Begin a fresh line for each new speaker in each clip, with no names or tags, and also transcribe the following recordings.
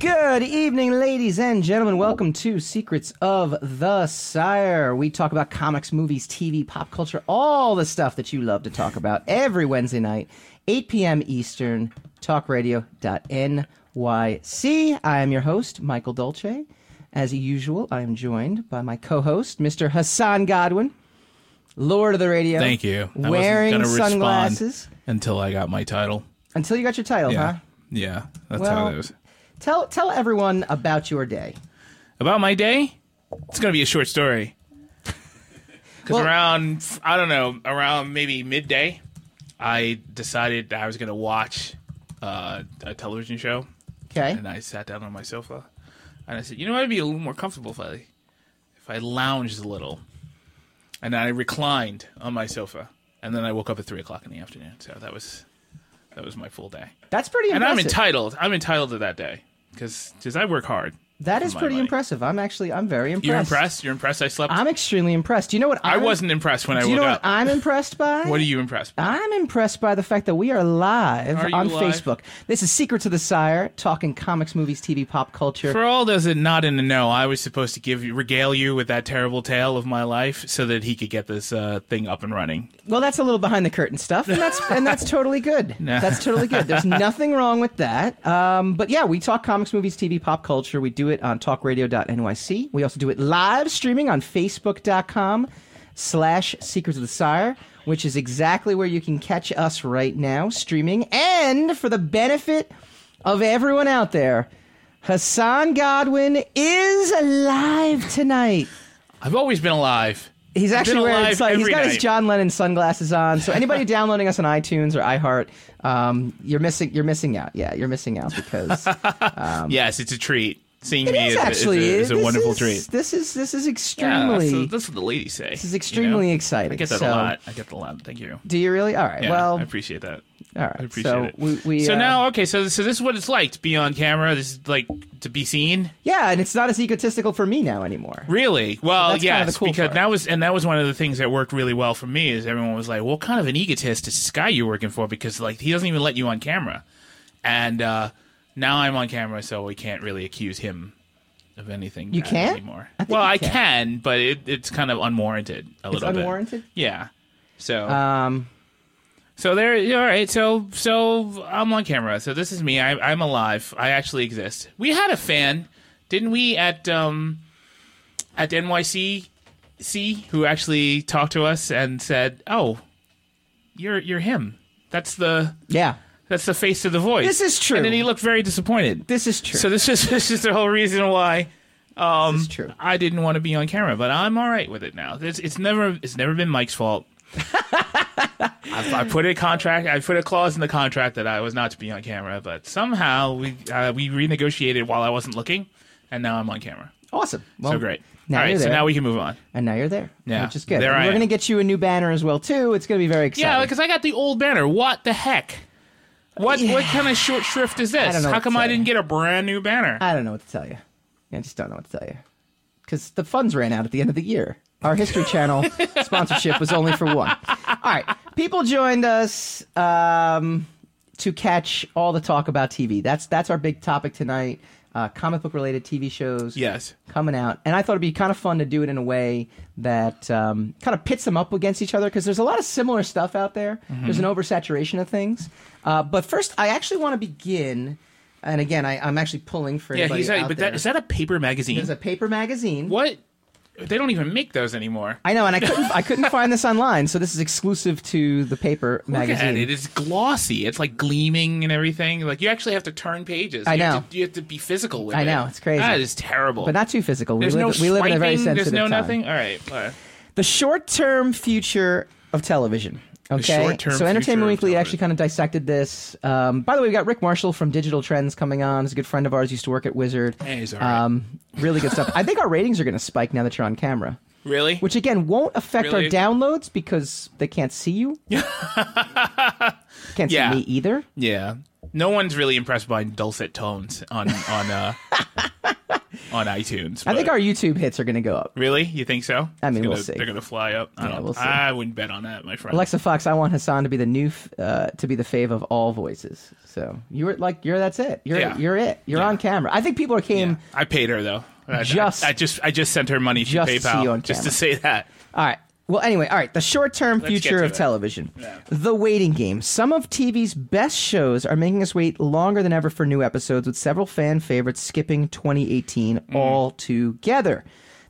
Good evening, ladies and gentlemen. Welcome to Secrets of the Sire. We talk about comics, movies, TV, pop culture, all the stuff that you love to talk about every Wednesday night, 8 p.m. Eastern, talkradio.nyc. I am your host, Michael Dolce. As usual, I am joined by my co host, Mr. Hassan Godwin, Lord of the Radio.
Thank you. I wasn't
Wearing
gonna respond
sunglasses.
until I got my title.
Until you got your title,
Yeah,
huh?
yeah, that's how
Well-
it is.
Tell, tell everyone about your day.
About my day, it's gonna be a short story. Because
Well-
around, I don't know, around maybe midday, I decided that I was gonna watch uh, a television show,
Okay.
and I sat down on my sofa, and I said, you know, what? I'd be a little more comfortable if I, if I lounged a little, and I reclined on my sofa, and then I woke up at three o'clock in the afternoon. So that was, that was my full day.
That's pretty
and
impressive.
I'm entitled. I'm entitled to that day because I work hard.
That is
my
pretty
money.
impressive. I'm actually I'm very impressed.
You're impressed. You're impressed. I slept.
I'm extremely impressed. Do you know what
I
I'm,
wasn't impressed when I
Do you
woke
know what
up.
I'm impressed by?
what are you impressed? by?
I'm impressed by the fact that we are live
Are you
on
live?
Facebook. This is Secret to the Sire, talking comics, movies, TV, pop culture.
For all those that not in the know, I was supposed to give you, regale you with that terrible tale of my life, so that he could get this uh, thing up and running.
well, that's a little behind the curtain stuff, and that's and that's totally good. That's totally good. There's nothing wrong with that. Um, but yeah, we talk comics, movies, TV, pop culture. We do it on talkradio.nyc. We also do it live streaming on facebook.com slash secrets of the sire, which is exactly where you can catch us right now, streaming. And for the benefit of everyone out there, Hassan Godwin is alive tonight.
I've always been alive.
He's
I've
actually
been
wearing
alive
sun- he's
every
got his
night.
John Lennon sunglasses on. So anybody downloading us on iTunes or iHeart, um, you're missing you're missing out. Yeah, you're missing out because
yes, it's a treat. Seeing
it
me
is
is, a-
actually
is a, is a
this
wonderful
is-
treat.
This is this is
Yeah,
extremely.
that's, that's what the ladies say. This
is extremely exciting,
I get that
so-
a lot. I get that a lot. Thank you.
do you really? All right.
Yeah,
well,
I appreciate that.
all right.
I appreciate
so
it.
we, we
so
uh,
now, okay, so so this is what it's like to be on camera. This is like to be seen.
yeah, and it's not as egotistical for me now anymore.
Really? Well,
that's
yes,
kind of the cool
because
part.
that was and that was one of the things that worked really well for me is everyone was like, "What kind of an egotist is this guy you're working for?" Because like he doesn't even let you on camera, and uh, now I'm on camera, so we can't really accuse him of anything.
You
bad
can't?
anymore.
I think
well,
you
I
can.
can, but it, it's kind of unwarranted a little bit.
unwarranted?
Yeah. So.
Um,
So there, yeah, all right. So, so I'm on camera. So this is me. I, I'm alive. I actually exist. We had a fan, didn't we? At um, at NYC, C, who actually talked to us and said, "Oh, you're you're him. That's the
yeah,
that's the face of the voice."
This is true.
And then he looked very disappointed.
this is true.
so um, this is this is the whole reason why
this is true.
I didn't want to be on camera, but I'm all right with it now. It's, it's never it's never been Mike's fault. I, I put a contract. I put a clause in the contract that I was not to be on camera, but somehow we uh, we renegotiated while I wasn't looking, and now I'm on camera.
Awesome. Well,
So great.
Oh, Now
all
you're
right,
there.
so now we can move on.
and now you're there.
Yeah,
which is good.
there
And
I
We're
am.
gonna get you a new banner as well too. It's gonna be very exciting.
Yeah, because I got the old banner. What the heck? What what kind of short shrift is this?
don't know
How
what
come
to
I
say.
didn't get a brand new banner?
I don't know what to tell you. I just don't know what to tell you. Because the funds ran out at the end of the year. Our History Channel sponsorship was only for one. All right. People joined us um, to catch all the talk about TV. That's, that's our big topic tonight. Uh, comic book related TV shows
yes.
coming out. And I thought it'd be kind of fun to do it in a way that um, kind of pits them up against each other because there's a lot of similar stuff out there.
Mm-hmm.
There's an oversaturation of things. Uh, but first, I actually want to begin. And again, I, I'm actually pulling for
Yeah,
anybody
he's like,
out
but
there.
that, is that a paper magazine?
there's a paper magazine.
what? They don't even make those anymore.
I know, and I couldn't. I couldn't find this online, so this is exclusive to the paper
Look
magazine.
at it. It's glossy. It's like gleaming and everything. Like you actually have to turn pages.
I
You have
know.
to- you have to be physical with
I
it.
know, it's crazy.
That is terrible.
but not too physical.
there's
we
no
live, we live in a very
swiping,
sensitive
There's no
time.
nothing. All right. all right.
the short-term future of television. Okay,
short-term
so
future
Entertainment
of
Weekly actually
television.
kind of dissected this. Um, by the way, we got Rick Marshall from Digital Trends coming on. He's a good friend of ours. Used to work at Wizard.
Hey, he's all right.
um, really good stuff. I think our ratings are going to spike now that you're on camera,
Really?
which again won't affect our
Really?
downloads because they can't see you. can't
Yeah.
see me either.
yeah. No one's really impressed by dulcet tones on on uh, on iTunes.
I think
but-
our YouTube hits are going to go up.
really you think so?
I mean,
It's gonna-
we'll see.
They're gonna fly up. I
Yeah,
don't.
we'll see.
I wouldn't bet on that, my friend.
Alexa Fox, I want Hassan to be the new, f- uh, to be the fave of all voices. So you're like, you're that's it. You're
Yeah.
you're it. You're
Yeah.
on camera. I think people are came.
Yeah. I paid her though. I- I-
um, Just-
I, just I just sent her money through
just to see you
PayPal
on
just to
camera.
say that.
All right. Well, anyway, all right. The short term
get
future
to
of
it.
television.
Yeah.
The waiting game. Some of TV's best shows are making us wait longer than ever for new episodes, with several fan favorites skipping 2018
Mm.
altogether.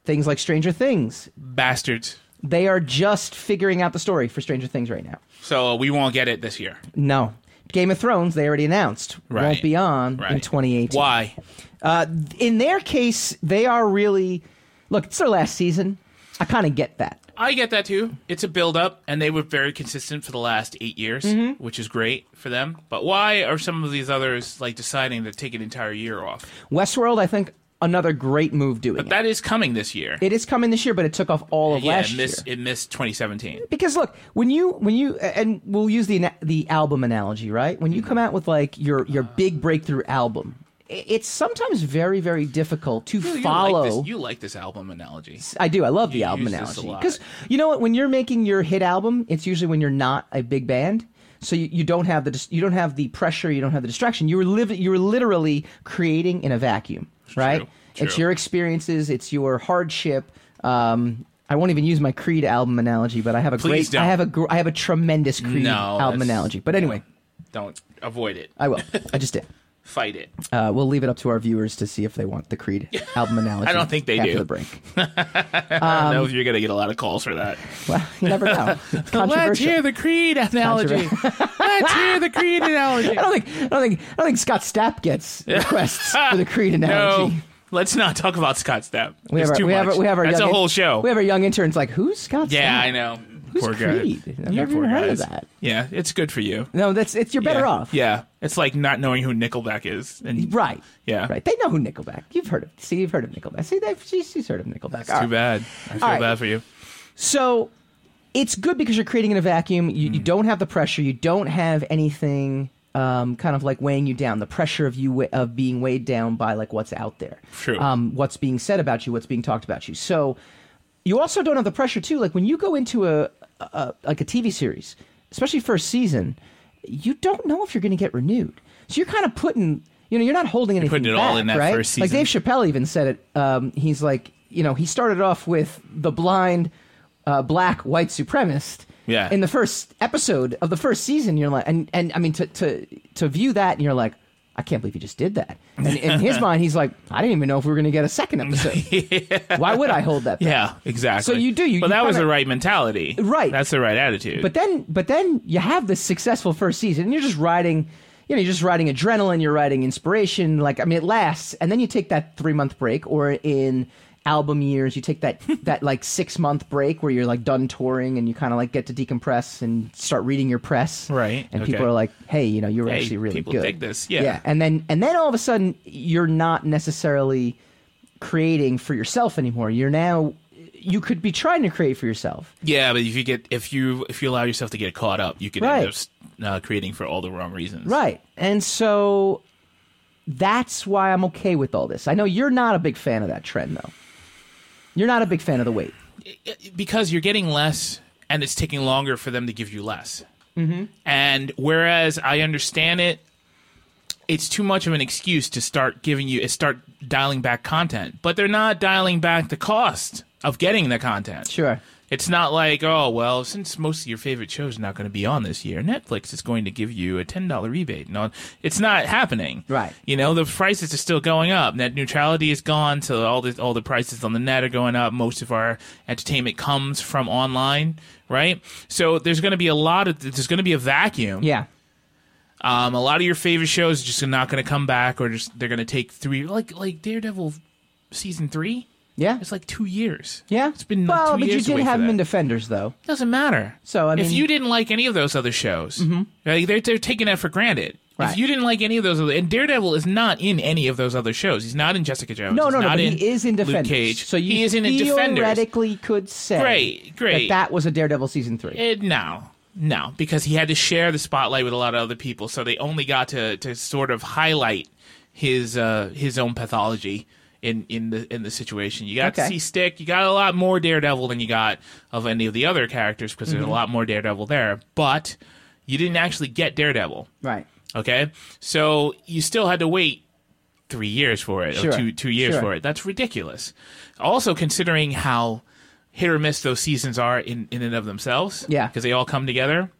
Things like Stranger Things.
Bastards.
They are just figuring out the story for Stranger Things right now.
So uh, we won't get it this year.
No. Game of Thrones, they already announced,
Right.
won't be on in
Right.
2018.
Why?
Uh, in their case, they are really. Look, it's their last season. I kind of get that.
I get that too. It's a build up, and they were very consistent for the last eight years,
Mm-hmm.
which is great for them. But why are some of these others like deciding to take an entire year off?
Westworld, I think, another great move doing it.
That is coming this year.
It is coming this year, but it took off all of
yeah,
last
it missed,
year.
it missed 2017.
Because look, when you when you and we'll use the ana- the album analogy, right? When you
Mm-hmm.
come out with like your your big breakthrough album, i- it's sometimes very very difficult to
You
follow.
Like this, you like this album analogy.
I do. I love the
You
album
use this
analogy
a lot.
because you know what? When you're making your hit album, it's usually when you're not a big band, so you, you don't have the dis- you don't have the pressure, you don't have the distraction. You were living, you were literally creating in a vacuum, right?
true.
It's your experiences, it's your hardship. Um, I won't even use my Creed album analogy, but I have a
Please
great,
don't.
I have a, gr- I have a tremendous Creed
No,
album
that's-
analogy. But anyway,
Don't avoid it.
I will. I just did.
Fight it.
Uh, we'll leave it up to our viewers to see if they want the Creed album analogy.
I don't think they
after
do.
the break.
I don't know
Um,
if you're going to get a lot of calls for that.
Well, you never know. It's
Let's
controversial.
hear the Creed analogy. Let's hear the Creed analogy.
I don't think I don't think I don't think Scott Stapp gets requests for the Creed
No,
analogy.
let's not talk about Scott Stapp.
We have,
it's
our,
too
we,
much.
have our, we have our
That's
young
a
in-
whole show.
We have our young interns like who's Scott?
yeah,
Stapp?
I know.
Who's
poor
Creed?
guy.
I've
Yeah,
never
poor
even heard of
guys.
that.
Yeah, it's good for you.
No, that's it's you're better
yeah.
off.
Yeah, it's like not knowing who Nickelback is. And
Right.
Yeah.
Right. They know who Nickelback. You've heard of. See, you've heard of Nickelback. See, they've, she's, she's heard of Nickelback.
It's
All
too
right.
bad. I feel
right.
bad for you.
So it's good because you're creating in a vacuum. You,
Hmm.
you don't have the pressure. You don't have anything um, kind of like weighing you down. The pressure of you wa- of being weighed down by like what's out there,
True.
Um, what's being said about you, what's being talked about you. So you also don't have the pressure too. Like when you go into a, a like a TV series, especially first season, you don't know if you're going to get renewed. So you're kind of putting. You know, you're not holding anything
putting it all
back,
in that
right?
first
Like
season.
Dave Chappelle even said it. Um, he's like, you know, he started off with the blind uh, black white supremacist.
Yeah.
In the first episode of the first season, you're like, and and I mean to to to view that, and you're like, I can't believe you just did that. And in his mind, he's like, I didn't even know if we were going to get a second episode. Why would I hold that? back?
Yeah, exactly.
So you do, you-
but
you
that was
kinda-
the right mentality.
Right.
That's the right attitude.
But then, but then you have this successful first season, and you're just riding, you know, you're just riding adrenaline, you're riding inspiration. Like, I mean, it lasts, and then you take that three month break, or in album years, you take that that like six month break where you're like done touring, and you kind of like get to decompress and start reading your press,
Right,
And
okay.
people are like, hey, you know, you were
Hey,
actually really
people
good.
dig this, yeah.
And then, and then all of a sudden, you're not necessarily creating for yourself anymore. You're now you could be trying to create for yourself.
yeah, but if you get if you if you allow yourself to get caught up, you can
Right.
end up uh, creating for all the wrong reasons.
Right. And so that's why I'm okay with all this. I know you're not a big fan of that trend, though. You're not a big fan of the weight.
because you're getting less and it's taking longer for them to give you less. Mm-hmm. And whereas I understand it, it's too much of an excuse to start giving you, start dialing back content. But they're not dialing back the cost of getting the content.
Sure.
It's not like, oh, well, since most of your favorite shows are not going to be on this year, Netflix is going to give you a $10 rebate. No, it's not happening.
Right.
You know, the prices are still going up. Net neutrality is gone, so all the, all the prices on the net are going up. Most of our entertainment comes from online, right? So there's going to be a lot of, there's going to be a vacuum.
Yeah.
Um, a lot of your favorite shows are just not going to come back or just, they're going to take three, like, like Daredevil season three.
Yeah.
It's like two years.
Yeah.
It's been like
well,
two
but
years
you
away
did
for
have
that.
them in Defenders, though.
Doesn't matter.
So, I
if
mean- Mm-hmm.
you didn't like any of those other shows, like, they're they're taking that for granted. If
Right.
you didn't like any of those, other, and Daredevil is not in any of those other shows. He's not in Jessica Jones.
No,
He's
no, no.
not
But
in
he is in Defenders.
Luke Cage.
So you
he is in a Defenders.
theoretically could say
Great, great.
that that was a Daredevil season three.
Eh, no, no, because he had to share the spotlight with a lot of other people, so they only got to to sort of highlight his uh, his own pathology in in the in the situation. You got to
Okay.
see Stick. You got a lot more Daredevil than you got of any of the other characters because there's a lot more Daredevil there. But you didn't actually get Daredevil.
Right.
Okay, so you still had to wait three years for it,
Sure.
or two two years
Sure.
for it. That's ridiculous. Also, considering how hit or miss those seasons are in in and of themselves,
Yeah.
because they all come together.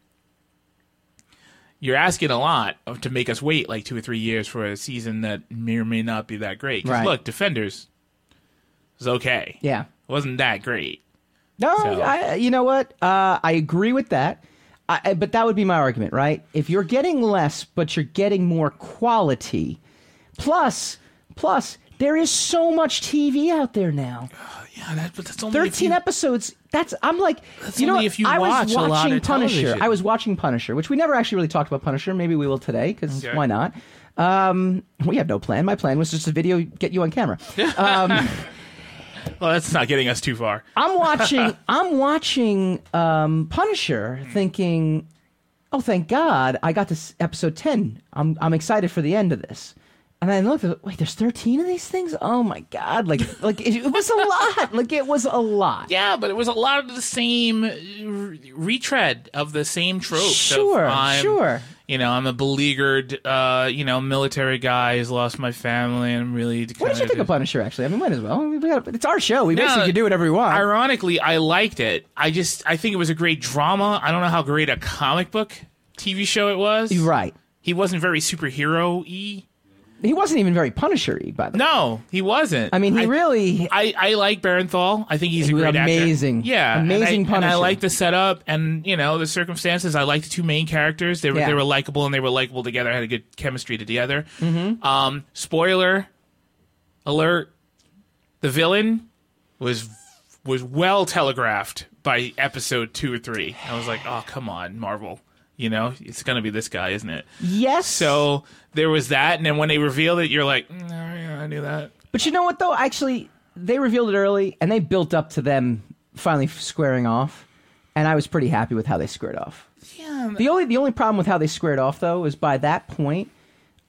You're asking a lot of, to make us wait like two or three years for a season that may or may not be that great. 'Cause
Right.
look, Defenders is okay.
Yeah.
wasn't that great.
No,
So-
I, you know what? Uh, I agree with that. I, I- but that would be my argument, right? If you're getting less, but you're getting more quality, plus, plus, there is so much TV out there now.
Yeah, that, but that's only if
Thirteen
you-
episodes. That's I'm like,
That's
you know,
only
what?
if you
I
watch
was
a lot
watching
of
Punisher.
television.
I was watching Punisher, which we never actually really talked about Punisher. Maybe we will today because
Okay.
why not? Um, we have no plan. My plan was just a video get you on camera.
Well, that's not getting us too far.
I'm watching. I'm watching um, Punisher, thinking, "Oh, thank God, I got this episode ten. I'm I'm excited for the end of this." And I looked. Wait, there's thirteen of these things. Oh my God! Like like it, it was a lot. Like it was a lot.
Yeah, but it was a lot of the same uh, re- retread of the same tropes.
Sure,
of, I'm,
sure.
You know, I'm a beleaguered, uh, you know, military guy who's lost my family, and I'm really.
What did you think of Punisher? Actually, I mean, might as well. We got- It's our show. We basically can do whatever we want.
Ironically, I liked it. I just, I think it was a great drama. I don't know how great a comic book TV show it was.
You're right.
He wasn't very superhero y.
He wasn't even very Punisher-y, by the way.
No, he wasn't.
I mean, he really.
I, I like Barenthal. I think he's
He
a
was
great actor.
amazing.
Yeah, and I-
Amazing
And I
Punisher.
like the setup and you know the circumstances. I like the two main characters. They were
Yeah.
they were likable and they were likable together. Had a good chemistry together. Mm-hmm. Um, spoiler alert: the villain was was well telegraphed by episode two or three. I was like, oh come on, Marvel. You know, it's gonna be this guy, isn't it?
yes.
So there was that, and then when they revealed it, you're like, mm, yeah, I knew that.
But you know what though? Actually, they revealed it early, and they built up to them finally f- squaring off, and I was pretty happy with how they squared off.
Yeah,
The only the only problem with how they squared off though is by that point,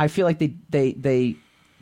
I feel like they they they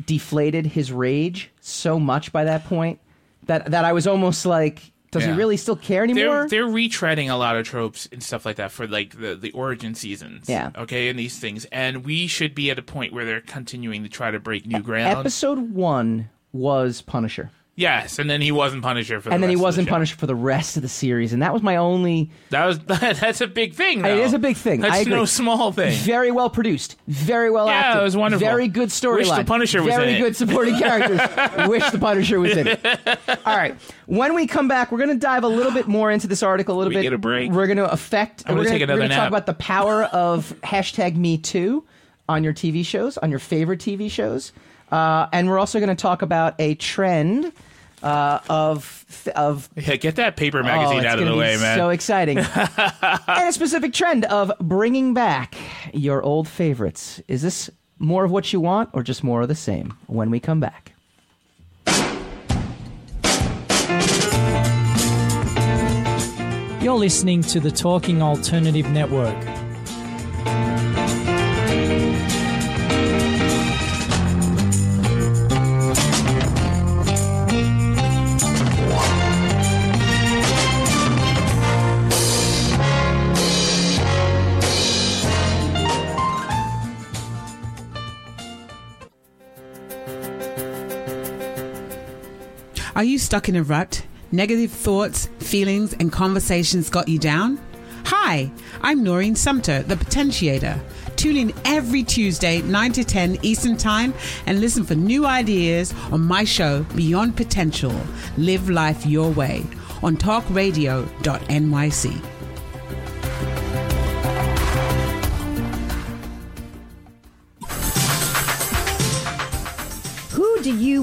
deflated his rage so much by that point that that I was almost like, does
Yeah.
he really still care anymore?
they're they're retreading a lot of tropes and stuff like that for like the the origin seasons.
Yeah.
Okay, and these things, and we should be at a point where they're continuing to try to break new ground.
Episode one was Punisher,
yes, and then he wasn't Punisher for. The
and then he
rest of the
wasn't
show.
Punisher for the rest of the series, and that was my only.
That was that's a big thing. Though.
It is a big thing.
That's
I agree.
no small thing.
Very well produced. Very well
Yeah,
acted.
it was wonderful.
Very good storyline.
Wish the Punisher was
Very
in it.
good supporting characters. Wish the Punisher was in it. All right. When we come back, we're going to dive a little bit more into this article a little
We
bit.
get a break.
We're going to affect.
gonna
we're gonna-
take another
we're gonna talk
nap.
about the power of hashtag Me Too on your TV shows, on your favorite TV shows, uh, and we're also going to talk about a trend uh, of of
Yeah, get that paper
Oh,
magazine
it's
out of
gonna
the
be
way, man.
So exciting. and a specific trend of bringing back your old favorites. Is this more of what you want or just more of the same when we come back?
You're listening to the Talking Alternative Network.
Are you stuck in a rut? Negative thoughts, feelings, and conversations got you down? Hi, I'm Noreen Sumter, the potentiator. Tune in every Tuesday, 9 to 10 Eastern Time, and listen for new ideas on my show, Beyond Potential Live Life Your Way, on talkradio.nyc.
Who do you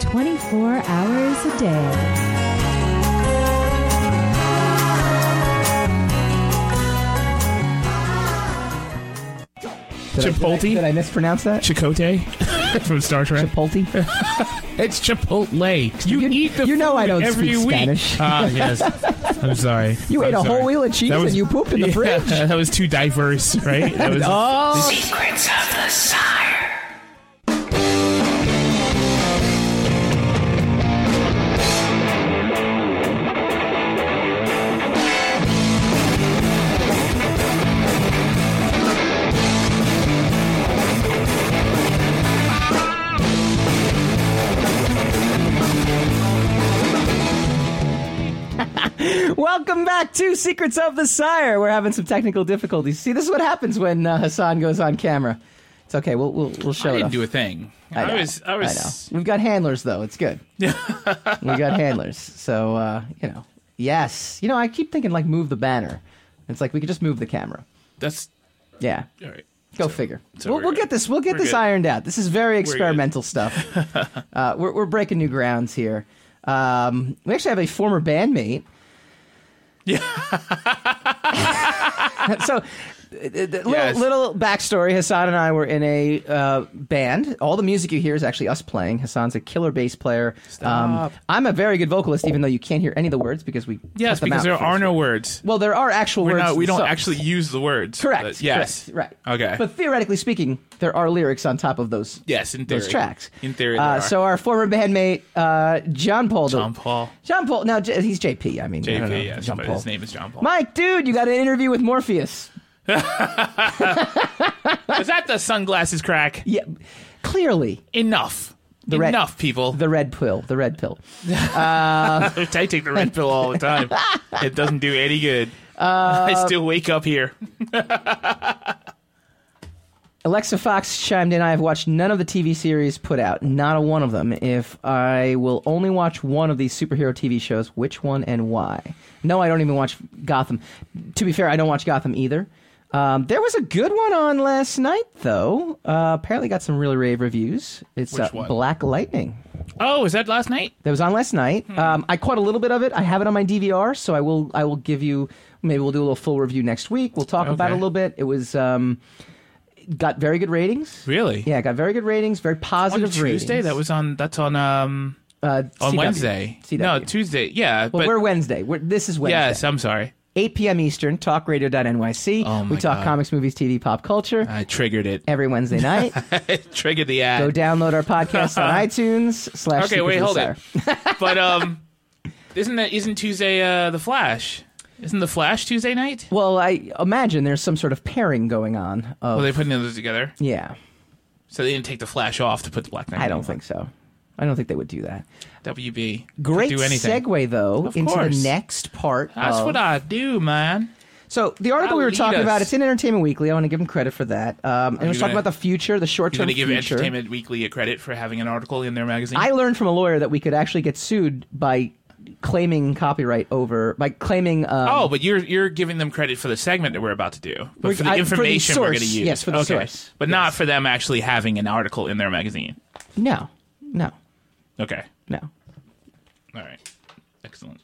24 hours a day.
Did I-
Chipotle?
Did I, did I mispronounce that?
Chicote from Star Trek.
Chipotle.
It's Chipotle. You,
You-
eat the
you know
food
I don't
every
speak
week.
Spanish.
Ah, yes. I'm sorry.
You
I'm
ate a
sorry.
whole wheel of cheese
That was-
and you pooped in the
Yeah,
fridge.
That was too diverse, right? That was
Oh, welcome back to Secrets of the Sire. We're having some technical difficulties. See, this is what happens when uh, Hassan goes on camera. It's okay. We'll we'll, we'll show
I
it.
didn't
off.
do a thing.
I, know,
was. I was.
know. We've got handlers though. It's good. we got handlers. So uh, you know. Yes. You know. I keep thinking like move the banner. It's like we could just move the camera.
That's
Yeah.
all right.
Go figure.
so
we'll,
we're
we'll
good.
get this. We'll get
We're
this
good.
ironed out. This is very
good.
experimental stuff. uh, we're, we're breaking new grounds here. Um, we actually have a former bandmate. Yeah. so, uh, uh, little,
Yes.
little backstory. Hassan and I were in a uh, band. All the music you hear is actually us playing. Hassan's a killer bass player. Um, I'm a very good vocalist, even though you can't hear any of the words because we cut
Yes,
them
because
out
there
for
are
this
no
week.
words.
Well, there are actual
We're
words.
not,
in
we
the
don't
song.
actually use the words.
Correct.
but yes.
correct, right.
Okay.
But theoretically speaking, there are lyrics on top of those.
Yes, in
those
theory.
tracks.
In theory, there
Uh,
are.
so our former bandmate uh, John Paul.
John Paul.
John Paul. No, J- he's JP. I mean, I don't know,
JP, yes,
John
but
Paul.
his name is John Paul.
Mike, dude, you got an interview with Morpheus.
is that the sunglasses crack?
Yeah, clearly
Enough.
The red-
Enough, people.
the red pill. The red pill.
I take the red pill all the time. It doesn't do any good.
Uh,
I still wake up here.
Alexa Fox chimed in. I have watched none of the TV series put out, not a one of them. If I will only watch one of these superhero TV shows, which one and why? No, I don't even watch Gotham. To be fair, I don't watch Gotham either. Um, there was a good one on last night, though. Uh, apparently, got some really rave reviews. It's
Which
uh,
one?
Black Lightning.
Oh, was that last night?
That was on last night.
Hmm.
Um, I caught a little bit of it. I have it on my DVR, so I will. I will give you. Maybe we'll do a little full review next week. We'll talk about it
Okay.
a little bit. It was. Um, got very good ratings.
Really?
Yeah, got very good ratings, very
On
positive
Tuesday?
ratings.
That was on that's on um
uh,
on
CW.
Wednesday.
CW.
No, Tuesday. Yeah,
Well,
but
we're Wednesday. We're, this is Wednesday.
yes, I'm sorry.
8 p.m. Eastern, talkradio.nyc.
Oh, my
we talk
God.
comics, movies, TV, pop culture
I triggered it.
every Wednesday night.
it triggered the ad.
Go download our podcast on iTunes. Slash
okay,
Secret
wait, hold
Desire.
it. but um isn't that isn't Tuesday uh the Flash? Isn't the Flash Tuesday night?
Well, I imagine there's some sort of pairing going on. Of,
Well, they put those together.
yeah,
So they didn't take the Flash off to put the Black Knight.
I
in.
don't think so. I don't think they would do that.
WB. could
Great
do anything.
segue, though,
Of
into
course.
the next part.
That's
of
what I do, man.
So the article we were
Lead
talking
us.
about, it's in Entertainment Weekly. I want to give him credit for that. Um, and it was talking
you gonna-
about the future, the short
You're
term
going to give
future.
Entertainment Weekly a credit for having an article in their magazine.
I learned from a lawyer that we could actually get sued by claiming copyright over by claiming. Um,
Oh, but you're you're giving them credit for the segment that we're about to do, but
We're-
for the
I- for the
information we're going to
source,
use.
yes, for the
okay.
source,
but not for them actually having an article in their magazine.
no, no,
Okay,
no.
all right, excellent.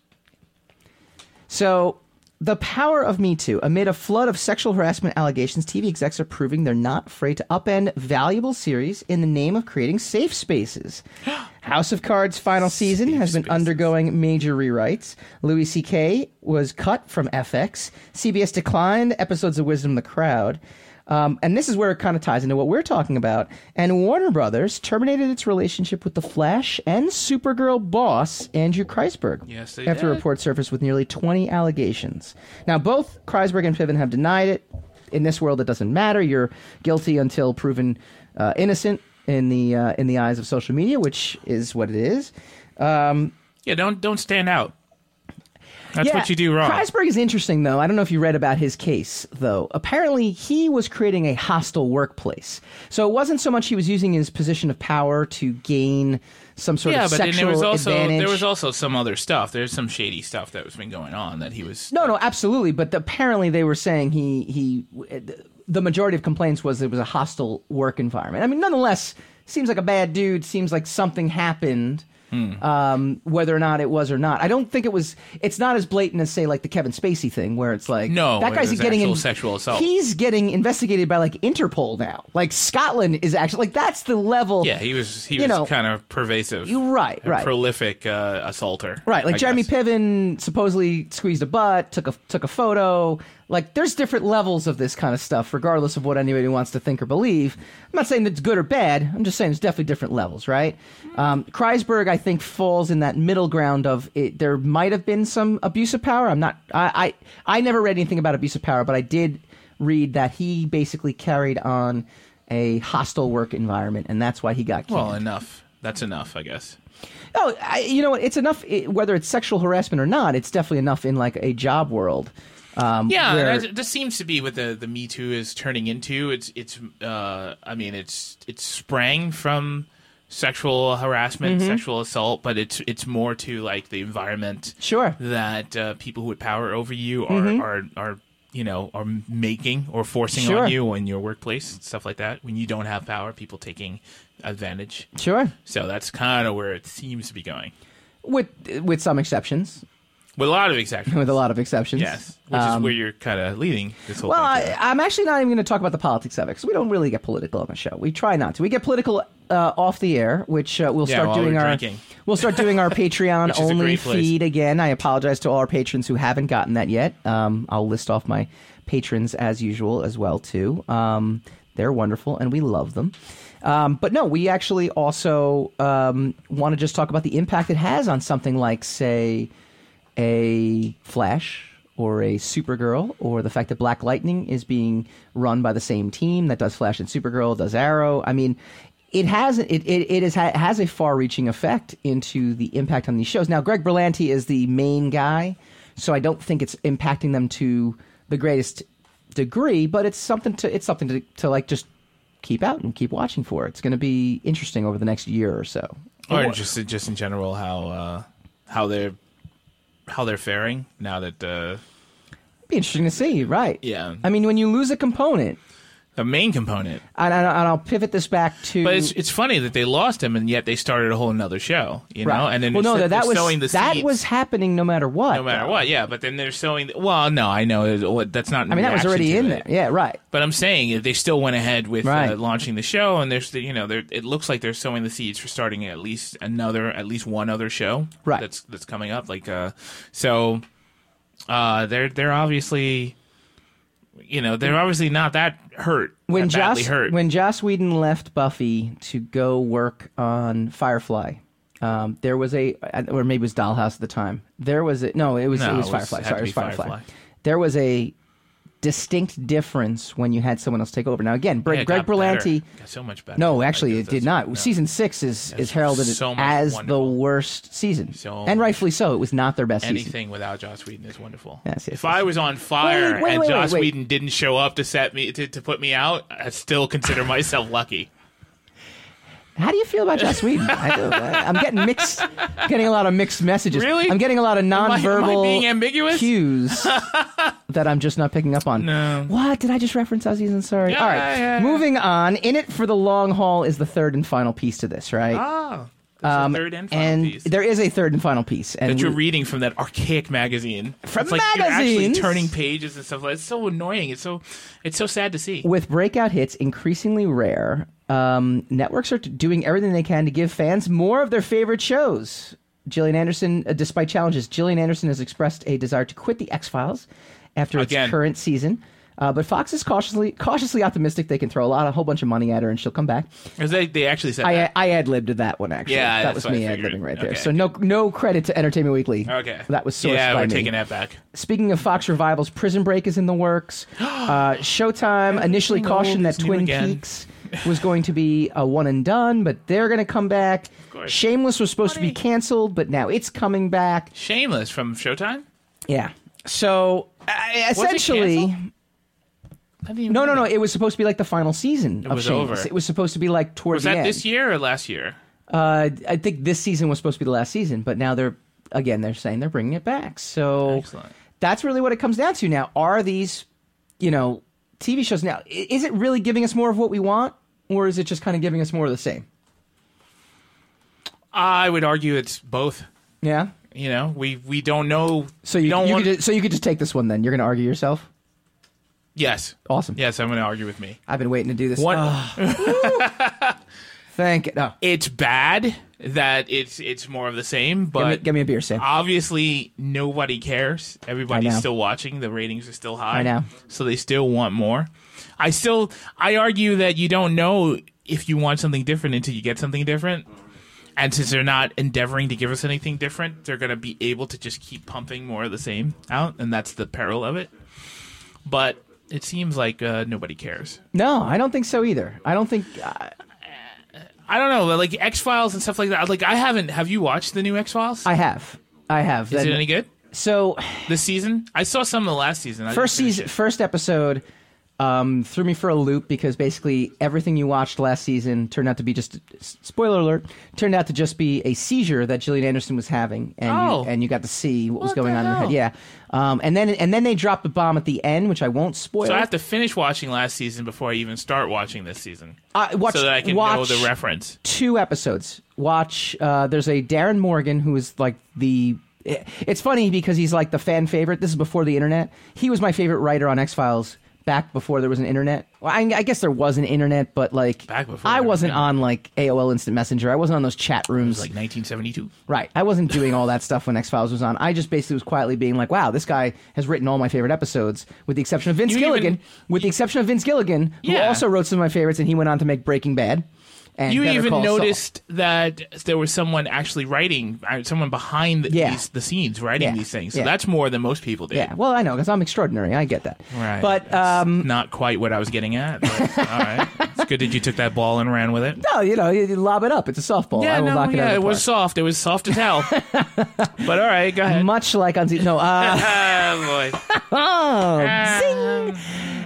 So, the power of Me Too. Amid a flood of sexual harassment allegations, TV execs are proving they're not afraid to upend valuable series in the name of creating safe spaces. House of Cards' final season has been undergoing major rewrites. Louis C.K. was cut from FX. CBS declined episodes of Wisdom of the Crowd. Um, and this is where it kind of ties into what we're talking about. And Warner Brothers terminated its relationship with The Flash and Supergirl boss Andrew Kreisberg
Yes, they
after
did.
report surfaced with nearly 20 allegations. Now, both Kreisberg and Piven have denied it. In this world, it doesn't matter. You're guilty until proven uh, innocent in the uh, in the eyes of social media, which is what it is.
Yeah, don't don't stand out. That's
Yeah,
what you do wrong.
Kreisberg is interesting, though. I don't know if you read about his case, though. Apparently, he was creating a hostile workplace. So it wasn't so much he was using his position of power to gain some sort
yeah,
of
but then
sexual
there was also
advantage.
there was also some other stuff. There's some shady stuff that was been going on that he was.
No, no, absolutely. But the, apparently, they were saying he he. The majority of complaints was it was a hostile work environment. I mean, nonetheless, seems like a bad dude. Seems like something happened
Hmm.
um, whether or not it was or not. I don't think it was. It's not as blatant as say like the Kevin Spacey thing, where it's like
No,
that
it
guy's
was
getting
actual sexual assault.
He's getting investigated by like Interpol now. Like Scotland is actually like that's the level.
Yeah, he was he
You
was
know,
kind of pervasive.
you- right,
a
right.
Prolific uh, assaulter.
Right, like
I
Jeremy
guess.
Piven supposedly squeezed a butt, took a took a photo. Like, there's different levels of this kind of stuff, regardless of what anybody wants to think or believe. I'm not saying that's good or bad. I'm just saying there's definitely different levels, right? Um, Kreisberg, I think, falls in that middle ground of it, there might have been some abuse of power. I'm not. I, I I never read anything about abuse of power, but I did read that he basically carried on a hostile work environment, and that's why he got canned.
Well, enough. That's enough, I guess.
Oh, I, you know what? It's enough. It, whether it's sexual harassment or not, it's definitely enough in like a job world. Um,
Yeah,
where-
and that- this seems to be what the, the Me Too is turning into. It's it's uh, I mean it's it sprang from sexual harassment,
Mm-hmm.
sexual assault, but it's it's more to like the environment.
Sure. Mm-hmm.
that uh, people who have power over you are are are you know are making or forcing
Sure.
on you in your workplace stuff like that. When you don't have power, people taking advantage.
sure,
So that's kind of where it seems to be going.
with with some exceptions,
With a lot of exceptions.
with a lot of exceptions.
Yes, which is
Um,
where you're kind of leading this whole
Well,
thing. to.
I, I'm actually not even going to talk about the politics of it because we don't really get political on the show. We try not to. We get political uh, off the air, which uh, we'll
Yeah,
start
while
doing
we're
our
drinking.
we'll start doing our Patreon
Which is a
only
great place.
feed again. I apologize to all our patrons who haven't gotten that yet. Um, I'll list off my patrons as usual as well too. Um, they're wonderful and we love them. Um, but no, we actually also um, want to just talk about the impact it has on something like, say, a Flash or a Supergirl, or the fact that Black Lightning is being run by the same team that does Flash and Supergirl, does Arrow. I mean, it has it it, it is, ha- has a far-reaching effect into the impact on these shows. Now, Greg Berlanti is the main guy, so I don't think it's impacting them to the greatest degree, but it's something to it's something to, to like just keep out and keep watching for. It's going to be interesting over the next year or so.
or just just in general how uh, how they're how they're faring now that uh,
Be interesting to see, right?
Yeah.
I mean, when you lose a component,
the main component.
and, and, and I'll pivot this back to.
But it's it's funny that they lost him and yet they started a whole another show, you know.
Right.
And then
well, no,
they're,
that, that
they're
was
sowing the
that
seeds
was happening no matter what.
no matter
though.
what, yeah. But then they're sowing. Well, no, I know it- what- that's not.
I mean, that was already in there. Yeah, right.
But I'm saying that they still went ahead with uh,
Right.
launching the show, and there's you know they're, it looks like they're sowing the seeds for starting at least another at least one other show
Right.
that's that's coming up like uh so uh they're they're obviously you know they're obviously not that hurt
When
that badly
Joss
hurt
when Joss Whedon left Buffy to go work on Firefly, um, there was a or maybe it was Dollhouse at the time. There was a no, it was
No,
it was
it was-
Firefly.
had to
Sorry, it
be
was Firefly.
Firefly.
There was a distinct difference when you had someone else take over. Now again, Bre-
Yeah, it
Greg
got better.
Berlanti.
got so much better
No,
I
actually,
guess
it
that's-
did not.
no.
Season six is, is
It's
heralded
so much
as the
wonderful.
worst season,
So
and
much.
rightfully so. It was not their best season.
anything without Joss Whedon is wonderful.
Yes, yes, yes.
if I was on
Wait, wait,
fire and
wait, wait,
Joss
wait.
Whedon didn't show up to set me to, to put me out, I still consider myself lucky.
How do you feel about Joss Whedon? I do. I- I'm getting mixed, getting a lot of mixed messages.
Really?
I'm getting a lot of
I- am I
nonverbal
being ambiguous?
cues that I'm just not picking up on.
No.
What did I just reference? I was using sorry.
Yeah,
All right,
yeah, yeah.
moving on. In it for the long haul is the third and final piece to this, right?
Oh, that's
Um,
the third and final piece
there is a third and final piece, and
that you're
we-
reading from that archaic magazine.
From
it's like you're actually
magazines?
turning pages and stuff. like that. It's so annoying. It's so it's so sad to see.
with breakout hits increasingly rare, um, networks are t- doing everything they can to give fans more of their favorite shows. Gillian Anderson, uh, despite challenges, Gillian Anderson has expressed a desire to quit the X Files after
Again.
its current season. Uh, but Fox is cautiously cautiously optimistic they can throw a lot a whole bunch of money at her and she'll come back.
'Cause they, they actually said
I
that.
I ad libbed that one actually.
Yeah,
that
that's
was
what I
me ad
figured.
libbing right there.
Okay.
So no no credit to Entertainment Weekly.
Okay,
uh, that was sourced
Yeah,
by
we're
me.
taking that back.
Speaking of Fox revivals, Prison Break is in the works. Uh, Showtime initially
Everything old
cautioned that
is new
Twin
again.
Peaks was going to be a one and done, but they're going to come back.
course.
Shameless was supposed to
Money.
be canceled, but now it's coming back.
Shameless from Showtime.
Yeah. So I essentially,
I didn't even
no,
know
no, no.
that.
It was supposed to be like the final season of
was
Shameless.
over.
It was supposed to be like towards
Was
the
that
end.
this year or last year?
Uh, I think this season was supposed to be the last season, but now they're again they're saying they're bringing it back. So
Excellent.
that's really what it comes down to now. Are these, you know, TV shows now? i- Is it really giving us more of what we want, or is it just kind of giving us more of the same?
I would argue it's both.
Yeah.
You know, we we don't know.
So you,
don't
you
want.
could, ju- so you could just take this one then. You're going to argue yourself.
yes.
Awesome. Ah.
Yes, I'm going to argue with me.
I've been waiting to do this. Oh,
One,
Thank it. Oh,
it's bad that it's it's more of the same,
give, me,
but
give me a beer, Sam.
obviously nobody cares.
I
Everybody's
know.
still watching. The ratings are still high.
I know.
So they still want more. I still I argue that you don't know if you want something different until you get something different. And since they're not endeavoring to give us anything different, they're going to be able to just keep pumping more of the same out, and that's the peril of it. But it seems like uh, nobody cares.
No, I don't think so either. I don't think. I,
I don't know, like X Files and stuff like that. Like I haven't. Have you watched the new X Files?
I have. I have.
Is
Then-
it any good
So
this season? I saw some of the last season. I didn't
first
finish
season,
it.
first episode, um, threw me for a loop because basically everything you watched last season turned out to be just spoiler alert turned out to just be a seizure that Gillian Anderson was having, and
Oh.
you, and you got to see what, was
What
going
the
on in her head.
hell?
Yeah, um, and then and then they dropped the bomb at the end, which I won't spoil.
So I have to finish watching last season before I even start watching this season,
I watched-
so that I can know
watch-
the reference.
two episodes. Watch. Uh, there's a Darren Morgan who is like the. i- It's funny because he's like the fan favorite. This is before the internet. He was my favorite writer on X Files back before there was an internet. Well, I, I guess there was an internet, but like
Back before
I
there was
wasn't
internet.
on like AOL Instant Messenger. I wasn't on those chat rooms.
It's like 1972.
Right. I wasn't doing all that stuff when X Files was on. I just basically was quietly being like, wow, this guy has written all my favorite episodes, with the exception of Vince
You even-
Gilligan. with the exception of Vince Gilligan, who
Yeah.
also wrote some of my favorites, and he went on to make Breaking Bad. And
you
Better
even
Call Saul.
noticed that there was someone actually writing, uh, someone behind the,
Yeah.
these, the scenes writing
Yeah.
these things. So
Yeah.
that's more than most people did.
Yeah. Well, I know, because I'm extraordinary. I get that.
Right.
But,
That's
um,
not quite what I was getting at. but all right. It's good that you took that ball and ran with it.
no, you know, you, you lob it up. It's a softball. I
Yeah,
will
no,
knock it out
yeah,
of
it
the
was
park.
soft. It was soft as hell. but all right, go ahead.
Much like on. Z- No, uh,
Ah, boy. Ah.
oh, zing.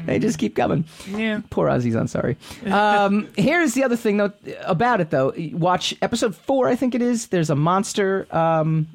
They just keep coming.
Yeah.
Poor Ozzy's, I'm sorry. Um, here's the other thing though about it though. Watch episode four, I think it is. There's a monster um,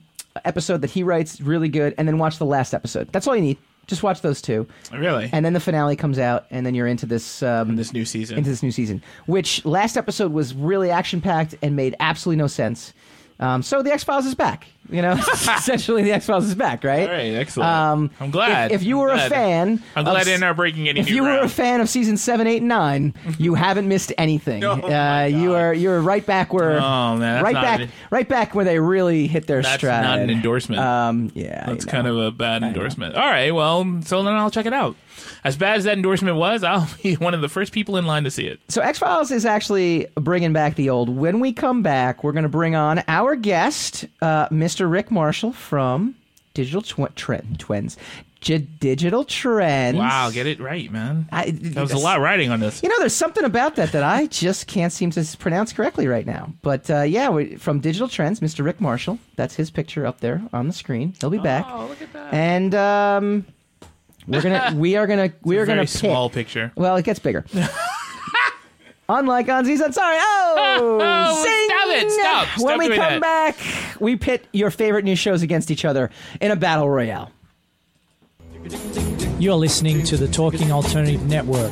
episode that he writes, really good, and then watch the last episode. That's all you need. Just watch those two,
Really?
and then the finale comes out, and then you're into this um,
this new season.
into this new season. Which last episode was really action packed and made absolutely no sense. Um, so the X Files is back. You know, essentially the X Files is back, right?
All right, excellent.
Um,
I'm glad.
If, if you
I'm
were a
glad.
fan,
I'm
of
glad
s-
they're not breaking any
If
new
you were a
ground.
fan of season seven, eight, and nine, you haven't missed anything.
Oh, my
uh, you
God.
are you're right back where
Oh, man, that's
right
not
back
an-
right back where they really hit their
That's
stride.
not an endorsement.
Um, yeah,
That's kind of a bad endorsement. All right, well, so then I'll check it out. As bad as that endorsement was, I'll be one of the first people in line to see it.
So X Files is actually bringing back the old. When we come back, we're going to bring on our guest, uh, Mr. Rick Marshall from Digital Tw- Trend Twins, J- Digital Trends.
Wow, get it right, man.
I-
that was a lot writing on this.
You know, there's something about that that I just can't seem to s- pronounce correctly right now. But uh, yeah, we, from Digital Trends, Mr. Rick Marshall. That's his picture up there on the screen. He'll be back.
Oh, look at that.
And um, we're gonna, we are gonna, we are
Very
gonna pick.
small picture.
Well, it gets bigger. Unlike on Z's, I'm sorry. Oh,
Oh,
zing!
stop it, stop, stop
when we
doing
come
that.
back, we pit your favorite new shows against each other in a battle royale.
You're listening to the Talking Alternative Network.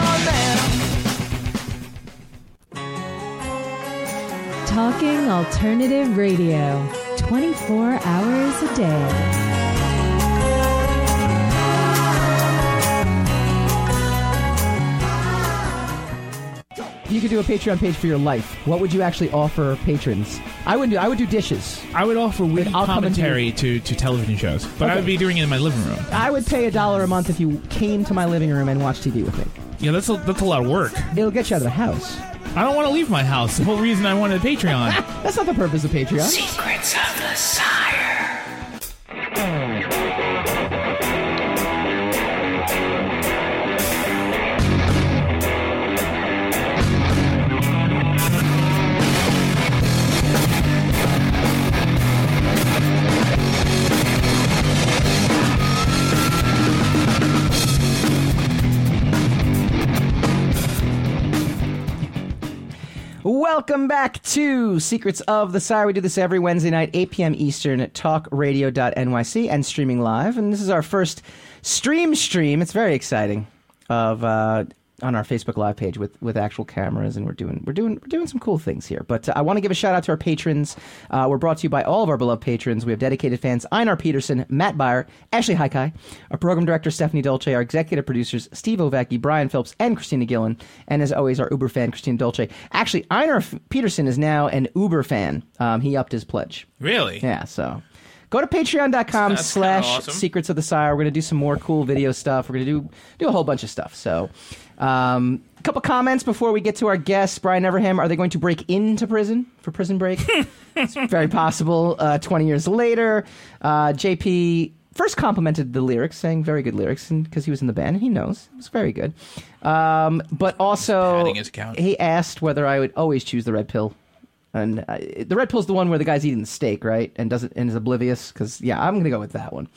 Talking Alternative Radio, 24 hours a day.
you could do a Patreon page for your life, what would you actually offer patrons? I would do, I would do dishes.
I would offer weekly
I'll come and do-
commentary to, to television shows, but I
Okay.
would be doing it in my living room.
I would pay a dollar a month if you came to my living room and watched TV with me.
Yeah, that's a, that's a lot of work.
It'll get you out of the house.
I don't want to leave my house. The whole reason I wanted Patreon.
That's not the purpose of Patreon.
Secrets of the Sire.
Welcome back to Secrets of the Sire. We do this every Wednesday night, 8 p.m. Eastern, at talkradio.nyc and streaming live. And this is our first stream stream. It's very exciting of uh, on our Facebook Live page with, with actual cameras, and we're doing we're doing we're doing some cool things here. But uh, I want to give a shout out to our patrons. Uh, we're brought to you by all of our beloved patrons. We have dedicated fans: Einar Peterson, Matt Byer, Ashley Haikai, our program director Stephanie Dolce, our executive producers Steve Ovecki, Brian Phillips, and Christina Gillen, and as always, our Uber fan Christina Dolce. Actually, Einar F- Peterson is now an Uber fan. Um, he upped his pledge.
Really?
Yeah, so go to patreon.com
That's
slash
kinda awesome.
secrets of the sire. We're gonna do some more cool video stuff. We're gonna do do a whole bunch of stuff. So um a couple comments before we get to our guests, Brian Everham. Are they going to break into prison for prison break? it's very possible. Uh, Twenty years later, uh, JP first complimented the lyrics, saying very good lyrics, and because he was in the band and he knows it was very good. Um, but also,
patting his couch.
he asked whether I would always choose the red pill and uh, the red pill's the one where the guy's eating the steak, right? And doesn't and is oblivious because yeah, I'm gonna go with that one.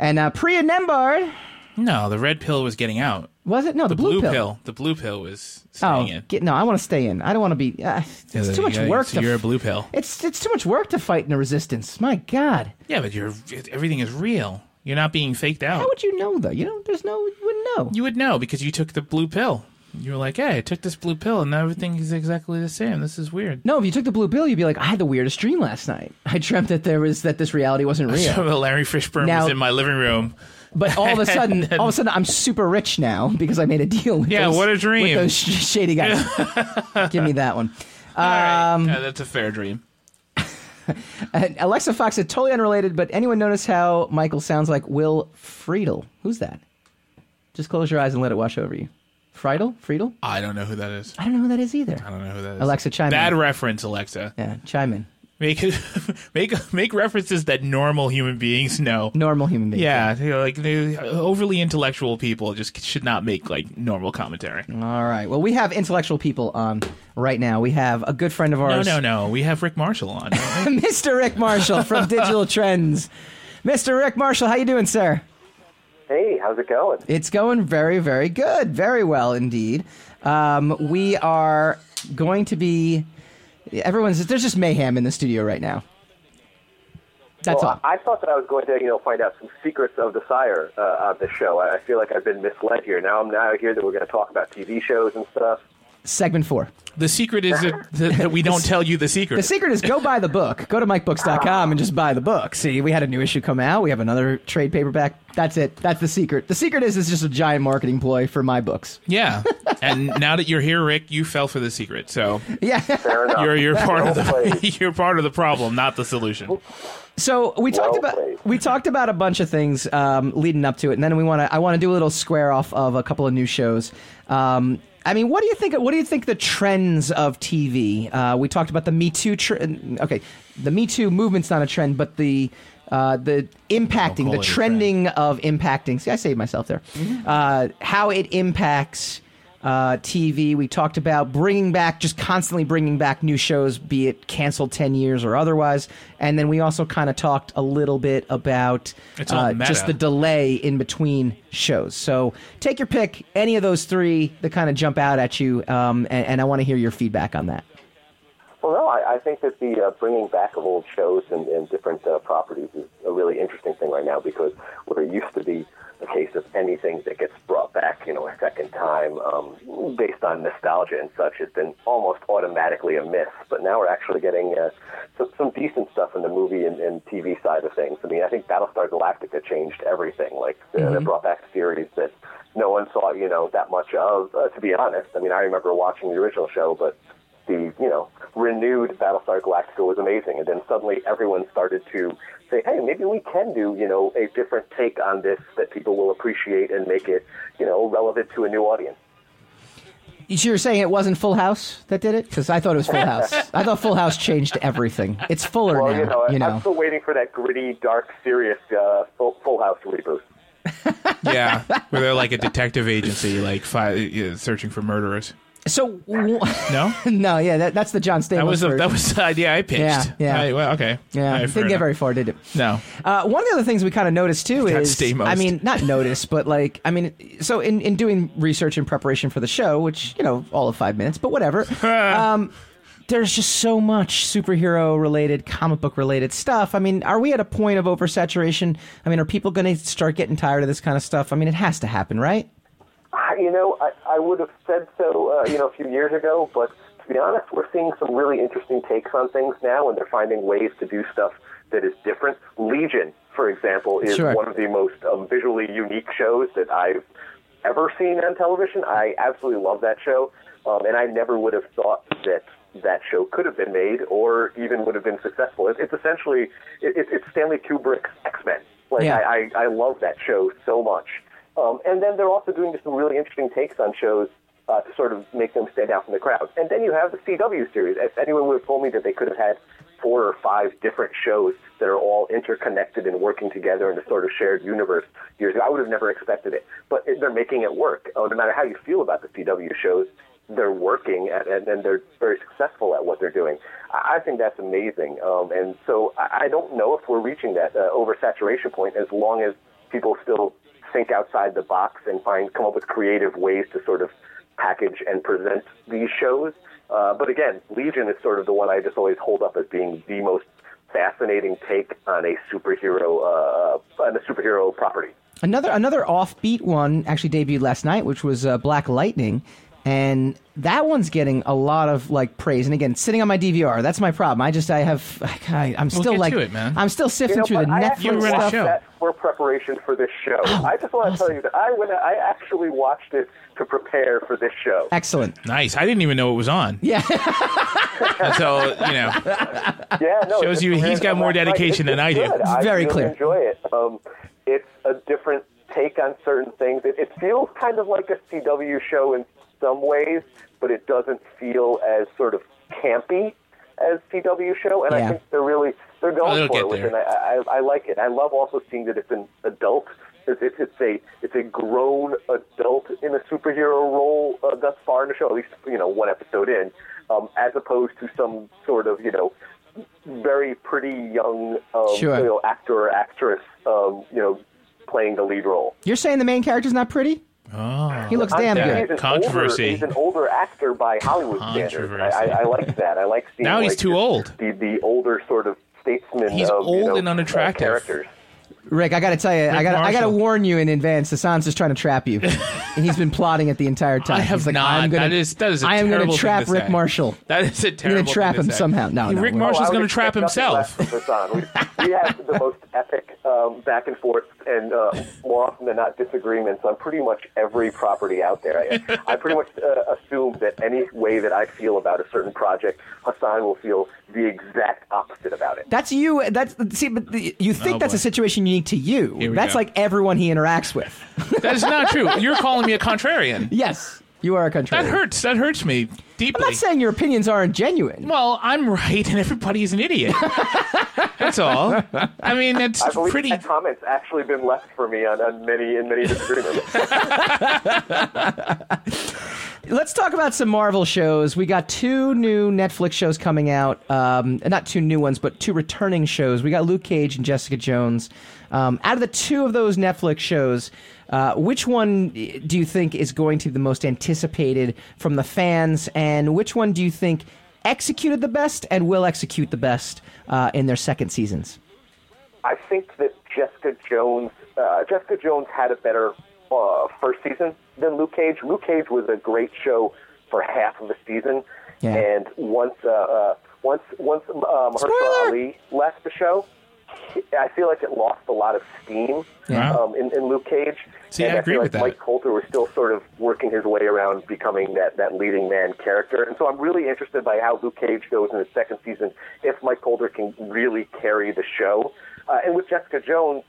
And uh, Priya Nembard
No, the red pill was getting out.
was it? No, the,
The blue pill. The blue pill was
Oh,
staying in.
get, no, I want to stay in. I don't want to be. Uh, it's
Yeah,
too much
yeah,
work.
So
to,
you're a blue pill.
It's it's too much work to fight in a resistance. My God,
Yeah, but you're everything is real. You're not being faked out.
how would you know though? You know, there's no you wouldn't know.
You would know because you took the blue pill. You were like, "Hey, I took this blue pill, and now everything is exactly the same. This is weird."
no, if you took the blue pill, you'd be like, I had the weirdest dream last night. I dreamt that there was that this reality wasn't real.
So Larry Fishburne
Now-
was in my living room.
But all of a sudden,
And then-
all of a sudden, I'm super rich now because I made a deal. With
Yeah,
those,
what a dream.
With those sh- shady guys. Give me that one. Um,
All right. Yeah, that's a fair dream.
And Alexa Fox said, totally unrelated, but anyone notice how Michael sounds like Will Friedle? Who's that? Just close your eyes and let it wash over you. Friedle? Friedle?
I don't know who that is.
I don't know who that is either.
I don't know who that is.
Alexa, chime in.
Bad reference, Alexa.
Yeah, chime in.
Make make make references that normal human beings know.
Normal human being.
Yeah, you know, like the overly intellectual people just should not make like normal commentary.
All right. Well, we have intellectual people on right now. We have a good friend of
No,
ours.
no, no. We have Rick Marshall on. don't we?
Mr. Rick Marshall from Digital Trends. Mr. Rick Marshall, how you doing, sir?
Hey, how's it going?
It's going very, very good. Very well indeed. Um, we are going to be. Everyone's. There's just mayhem in the studio right now. That's
well,
all.
I thought that I was going to, you know, find out some secrets of the sire uh, on the show. I I feel like I've been misled here. Now I'm now I hear that we're going to talk about TV shows and stuff.
Segment four.
the secret is that, that, that we don't tell you the secret.
The secret is go buy the book. Go to mikebooks.com and just buy the book. See, we had a new issue come out. We have another trade paperback. That's it. That's the secret. The secret is it's just a giant marketing ploy for my books.
yeah. and now that you're here, Rick, you fell for the secret. So
Yeah.
Fair enough.
you're you're part of
Well
the
played.
you're part of the problem, not the solution.
So we talked
Well
about
played.
we talked about a bunch of things um, leading up to it, and then we want to I want to do a little square off of a couple of new shows. Um, I mean, what do you think? What do you think the trends of TV? Uh, we talked about the Me Too. Tr- okay, the Me Too movement's not a trend, but the uh, the impacting,
call
the
it a Mm-hmm.
trending of impacting. See, I saved myself there. Uh, how it impacts uh, TV. We talked about bringing back, just constantly bringing back new shows, be it canceled 10 years or otherwise. And then we also kind of talked a little bit about uh,
It's all meta.
just the delay in between shows. So take your pick, any of those three that kind of jump out at you. Um, and, and I want to hear your feedback on that.
Well, no, I, I think that the uh, bringing back of old shows and, and different uh, properties is a really interesting thing right now because where it used to be the case of anything that gets brought back, you know, a second time um, based on nostalgia and such has been almost automatically a miss. But now we're actually getting uh, some, some decent stuff in the movie and, and TV side of things. I mean, I think Battlestar Galactica changed everything. Like uh, they brought back series that no one saw, you know, that much of. Uh, to be honest, I mean, I remember watching the original show, but the you know renewed Battlestar Galactica was amazing, and then suddenly everyone started to say, "Hey, maybe we can do you know a different take on this that people will appreciate and make it you know relevant to a new audience."
You're saying it wasn't Full House that did it? Because I thought it was Full House. I thought Full House changed everything. It's fuller
Well,
now.
you know, I'm still waiting for that gritty, dark, serious uh, full, full House reboot.
yeah, where they're like a detective agency, like fi- yeah, searching for murderers.
So w-
No,
no, yeah, that, that's the John Stamos.
that was the,
version.
that was the idea I pitched.
Yeah, yeah.
I- well, okay.
Yeah,
All right, fair
didn't get
enough.
very far, did it?
No.
Uh, one of the other things we kind of noticed too
Got
is,
Stamos.
I mean, not notice, but like, I mean, so in, in doing research and preparation for the show, which you know, all of five minutes, but whatever. um, there's just so much superhero related, comic book related stuff. I mean, are we at a point of oversaturation? I mean, are people going to start getting tired of this kind of stuff? I mean, it has to happen, right?
I- You know, I, I would have said so, uh, you know, a few years ago, but to be honest, we're seeing some really interesting takes on things now, and they're finding ways to do stuff that is different. Legion, for example, is
Sure.
one of the most um, visually unique shows that I've ever seen on television. I absolutely love that show, um, and I never would have thought that that show could have been made or even would have been successful. It, it's essentially it, it, it's Stanley Kubrick's X Men. Like
Yeah.
I, I, I love that show so much. Um, and then they're also doing some really interesting takes on shows uh, to sort of make them stand out from the crowd. And then you have the CW series. If anyone would have told me that they could have had four or five different shows that are all interconnected and working together in a sort of shared universe years ago, I would have never expected it. But it, they're making it work. Oh, no matter how you feel about the CW shows, they're working at, and, and they're very successful at what they're doing. I, I think that's amazing. Um, and so I, I don't know if we're reaching that uh, oversaturation point as long as people still think outside the box and find come up with creative ways to sort of package and present these shows. Uh, but again, Legion is sort of the one I just always hold up as being the most fascinating take on a superhero uh, on a superhero property.
Another another offbeat one actually debuted last night, which was uh, Black Lightning, and that one's getting a lot of like praise. And again, sitting on my DVR, that's my problem. I just I have I, I'm still
get
like
to it, man.
I'm still sifting
You know,
through the
but I
Netflix
actually
You Oh, were in a
stuff.
watched
show.
that for preparation for this show. I just want to tell you that I went. I actually watched it to prepare for this show.
Excellent.
Nice. I didn't even know it was on.
Yeah.
And so you know,
Yeah, no,
Shows
it's
you
a
he's
random-
got more
like,
dedication
it's-
than I do.
It's good. I
very
really
clear.
Enjoy it. Um, it's a different take on certain things. It, it feels kind of like a CW show in some ways, but it doesn't feel as sort of campy as CW show. And
Yeah.
I think they're really they're going
they'll
for
get
it. with
there.
it. I, I, I like it. I love also seeing that it's an adult. It's, it's, it's a it's a grown adult in a superhero role uh, thus far in the show, at least you know one episode in, um, as opposed to some sort of you know very pretty young um,
Sure.
you know, actor or actress um, you know playing the lead role.
You're saying the main character's not pretty?
Oh.
he looks damn
I'm-
Yeah.
good.
he's an
Controversy.
Older, he's an older actor by Hollywood standards. I,
Controversy.
I, I like that. I like seeing
Now he's
like,
too
the-
old.
The, the older sort of statesman.
He's
of, you
old
know,
and
uh,
unattractive.
characters.
Rick, I got to tell you, I got to I got to
Marshall.
warn you in advance. Hassan's just trying to trap you, and he's been plotting it the entire time.
I have
he's like,
not.
I'm gonna,
that is that is. A
I am gonna
terrible thing
trap
to
Rick
say.
Marshall.
That is a
I'm
terrible.
gonna trap
thing
him
to say.
somehow. No, no,
Rick
we're-
Marshall's
Oh, I would
gonna trap
expect
himself.
nothing less from Hassan. We, we have the most epic um, back and forth, and uh, more often than not, disagreements on pretty much every property out there. I, I pretty much uh, assume that any way that I feel about a certain project, Hassan will feel the exact opposite about it.
That's you. That's see, but the, you think
Oh,
that's
boy.
a situation unique to you.
we
That's
go.
like everyone he interacts with.
That is not true. You're calling me a contrarian.
Yes, you are a country.
That hurts. That hurts me
I'm
deeply.
not saying your opinions aren't genuine.
well, I'm right, and everybody is an idiot. That's all. I mean, that's
I believe
pretty.
that comment's actually been left for me on, on many and many disagreements.
Let's talk about some Marvel shows. We got two new Netflix shows coming out. Um, not two new ones, but two returning shows. We got Luke Cage and Jessica Jones. Um, out of the two of those Netflix shows, uh, which one do you think is going to be the most anticipated from the fans, and which one do you think executed the best and will execute the best uh, in their second seasons?
I think that Jessica Jones, uh, Jessica Jones had a better uh, first season than Luke Cage. Luke Cage was a great show for half of the season,
Yeah.
and once uh, uh, once once um, Mahershala Ali left the show, I feel like it lost a lot of steam
Yeah.
um, in, in Luke Cage.
See,
and
I
I,
agree
feel
with
like
that.
Mike Coulter was still sort of working his way around becoming that, that leading man character. And so I'm really interested by how Luke Cage goes in his second season, if Mike Coulter can really carry the show. Uh, and with Jessica Jones,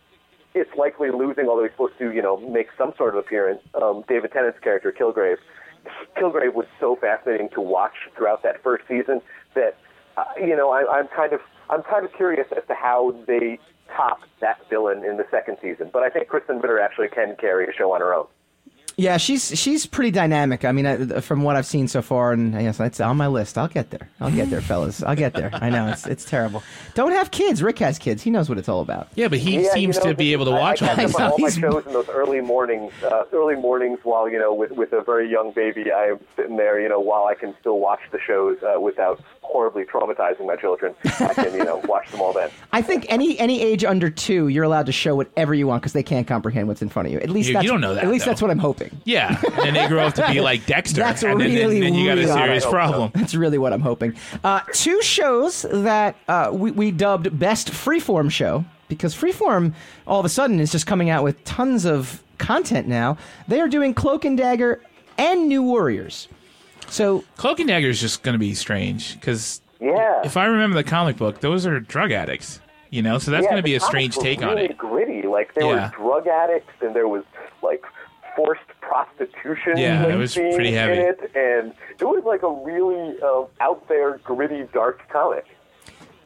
it's likely losing, although he's supposed to, you know, make some sort of appearance. Um, David Tennant's character, Kilgrave, Kilgrave was so fascinating to watch throughout that first season that uh, you know I, I'm kind of I'm kind of curious as to how they top that villain in the second season. But I think Kristen Ritter actually can carry a show on her own.
Yeah, she's she's pretty dynamic. I mean, I, from what I've seen so far, and yes, that's on my list. I'll get there. I'll get there, fellas. I'll get there. I know it's it's terrible. Don't have kids. Rick has kids. He knows what it's all about.
Yeah, but he
Yeah,
seems
you know,
to be
this-
able to
I-
watch
I,
all
catch
this.
up on all my
He's-
shows in those early mornings, uh, early mornings while you know with with a very young baby. I am sitting there, you know, while I can still watch the shows uh, without horribly traumatizing my children. I can you know watch them all then.
I think any any age under two, you're allowed to show whatever you want because they can't comprehend what's in front of you. At least
You-
that's,
you don't know that,
At least
though.
that's what I'm hoping.
Yeah, and they grow up to be like Dexter,
That's
and then,
really,
then, then you got
really
a serious
odd.
problem.
That's really what I'm hoping. Uh, two shows that uh, we, we dubbed Best Freeform Show because Freeform all of a sudden is just coming out with tons of content now. They are doing Cloak and Dagger and New Warriors. So
Cloak and Dagger is just going to be strange because
Yeah.
if I remember the comic book, those are drug addicts, you know. So that's
yeah,
going to be
the
a strange
comics
take
were
on
really
it.
Gritty, like there
Yeah.
was drug addicts and there was like forced prostitution.
Yeah, it
like,
was
scenes
pretty heavy.
In it, and it was like a really uh, out there, gritty, dark comic.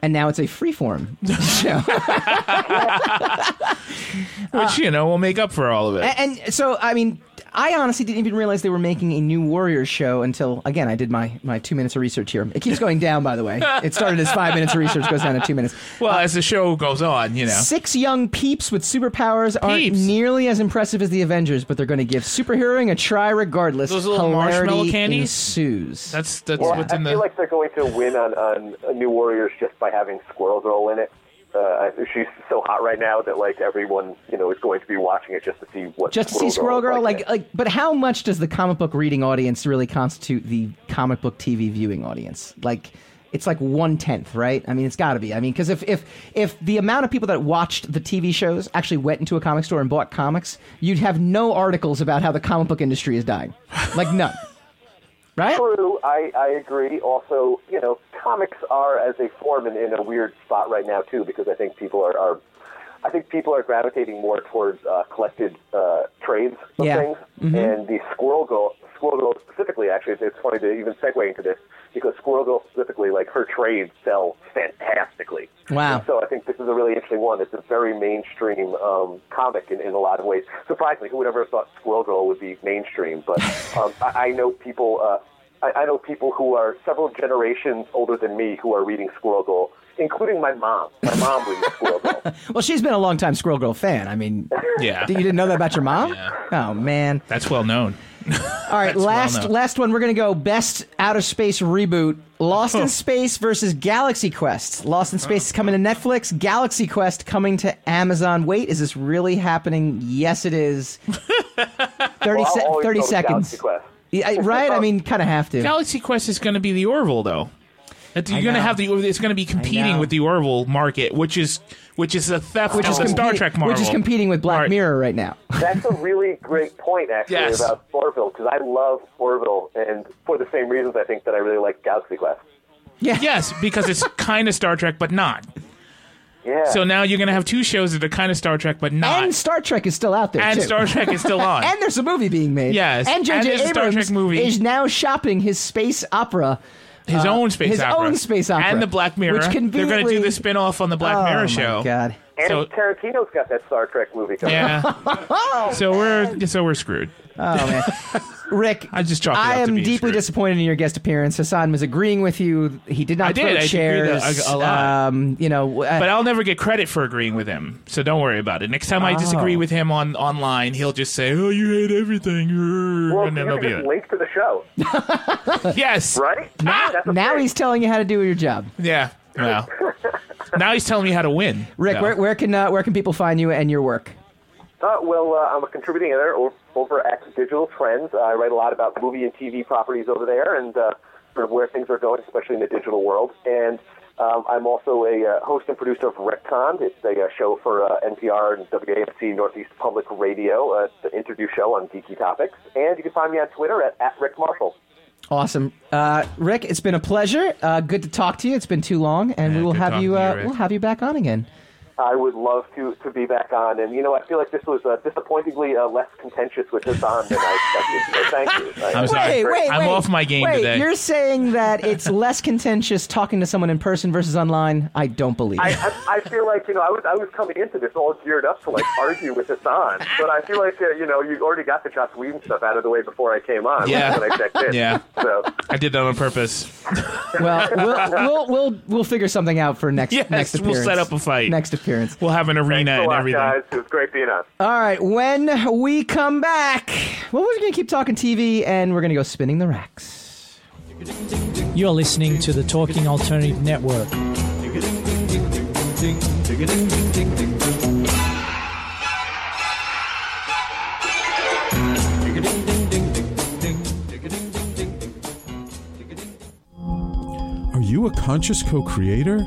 and now it's a Freeform show.
Which you know will make up for all of
Eh,
it.
And, and so, I mean, I honestly didn't even realize they were making a new Warriors show until, again, I did my, my two minutes of research here. It keeps going down, by the way. It started as five minutes of research, goes down to two minutes.
uh,
well, as the show goes on, you know.
Six young peeps with superpowers aren't
Peeps.
nearly as impressive as the Avengers, but they're going to give superheroing a try regardless.
Those little marshmallow
Hilarity
candies?
ensues.
That's that's
Well,
what's
I
in
feel
the.
like they're going to win on, on uh, New Warriors just by having Squirrel Girl in it. Uh, I- she's so hot right now that like everyone, you know, is going to be watching it just to see what.
just to see Squirrel Girl,
is
like, like, but how much does the comic book reading audience really constitute the comic book TV viewing audience? Like, it's like one tenth, right? I mean, it's got to be. I mean, because if if if the amount of people that watched the TV shows actually went into a comic store and bought comics, you'd have no articles about how the comic book industry is dying, like none, right?
True, I, I agree. Also, you know, comics are as a form in, in a weird spot right now too, because I think people are, are I think people are gravitating more towards uh, collected uh, trades of
Yeah.
things, and the Squirrel Girl, Squirrel Girl specifically. Actually, it's, it's funny to even segue into this because Squirrel Girl specifically, like her trades sell fantastically.
Wow.
And so I think this is a really interesting one. It's a very mainstream um, comic in, in a lot of ways. Surprisingly, who would ever have thought Squirrel Girl would be mainstream? But um, I, I know people. Uh, I, I know people who are several generations older than me who are reading Squirrel Girl, including my mom. My mom reads Squirrel Girl.
Well, she's been a long time Squirrel Girl fan. I mean,
yeah,
you didn't know that about your mom? Oh man.
that's well known.
All right,
well
last
known.
last one. We're gonna go best out of space reboot: Lost in Space versus Galaxy Quest. Lost in Space is coming to Netflix. Galaxy Quest coming to Amazon. Wait, is this really happening? Yes, it is. Thirty,
I'll
se-
always
30
go with
seconds.
Galaxy Quest.
Yeah, I- right? I mean, kind of have to.
Galaxy Quest is going to be the Orville, though. That- You're going
know.
to have the. It's going to be
know.
competing with the Orville market, which is which is a theft
which
of
is
the Star
competi-
Trek Marvel,
Which is competing with Black
Mar-
Mirror right now.
That's a really great point, actually,
Yes.
about Orville, because I love Orville, and for the same reasons I think that I really like Galaxy Quest.
Yes, because it's kind of Star Trek, but not.
Yeah.
So now you're going to have two shows that are kind of Star Trek, but not.
and Star Trek is still out there.
And
too.
Star Trek is still on.
And there's a movie being made.
Yes,
And
and
J.J.
there's a Star
Abrams
Trek movie.
is now shopping his space opera.
his own space
uh, his
opera.
own space opera.
And the Black Mirror.
Which
They're going to
conveniently-
do the spin off on the Black
oh,
Mirror
my
show.
God.
and
so-
Tarantino's got that Star Trek movie coming.
Yeah. so we're so we're screwed.
Oh man, Rick,
I just chalked it
I
up to
am
being
deeply
screwed.
disappointed in your guest appearance. Hassan was agreeing with you. He did not
I did.
throw
I agreed a-
chairs.
a- a lot.
Um, you know, w- uh,
But I'll never get credit for agreeing with him. So don't worry about it. Next time I
Oh.
disagree with him on online, he'll just say, "Oh, you hate everything."
Well,
and then
you're
that'll
gonna
be
just
it.
link to the show,
Yes.
right? That's a
now
thing.
he's telling you how to do your job.
Yeah. Well. now he's telling me how to win.
Rick,
No.
where, where can uh, where can people find you and your work?
Uh, well, uh, I'm a contributing editor o- over at Digital Trends. Uh, I write a lot about movie and TV properties over there and uh, sort of where things are going, especially in the digital world. And um, I'm also a uh, host and producer of Retcon. It's a uh, show for uh, NPR and WAFC Northeast Public Radio. Uh, it's an interview show on geeky topics. And you can find me on Twitter at, at Rick Marshall.
Awesome, uh, Rick. It's been a pleasure. Uh, good to talk to you. It's been too long, and
Yeah,
we will
good
have
talking
you.
to you,
Uh,
Rick.
we'll have you back on again.
I would love to to be back on, and you know I feel like this was uh, disappointingly uh, less contentious with this on than I expected. So thank you.
I'm
Wait,
sorry.
wait,
I'm
wait.
off my game
Wait,
today.
You're saying that it's less contentious talking to someone in person versus online? I don't believe it.
I, I, I feel like you know I was I was coming into this all geared up to like argue with Hassan, but I feel like uh, you know you already got the Joss Whedon stuff out of the way before I came on.
Yeah.
when I checked in.
Yeah.
So
I did that on purpose.
Well, we'll, we'll we'll we'll figure something out for next
Yes,
next
we'll
appearance.
set up a fight.
Next appearance.
We'll have an arena
thanks a
and
lot,
everything.
guys. It was great being on.
All right, when we come back, well, we're going to keep talking TV and we're going to go spinning the racks.
You're listening to the Talking Alternative Network.
Are you a conscious co creator?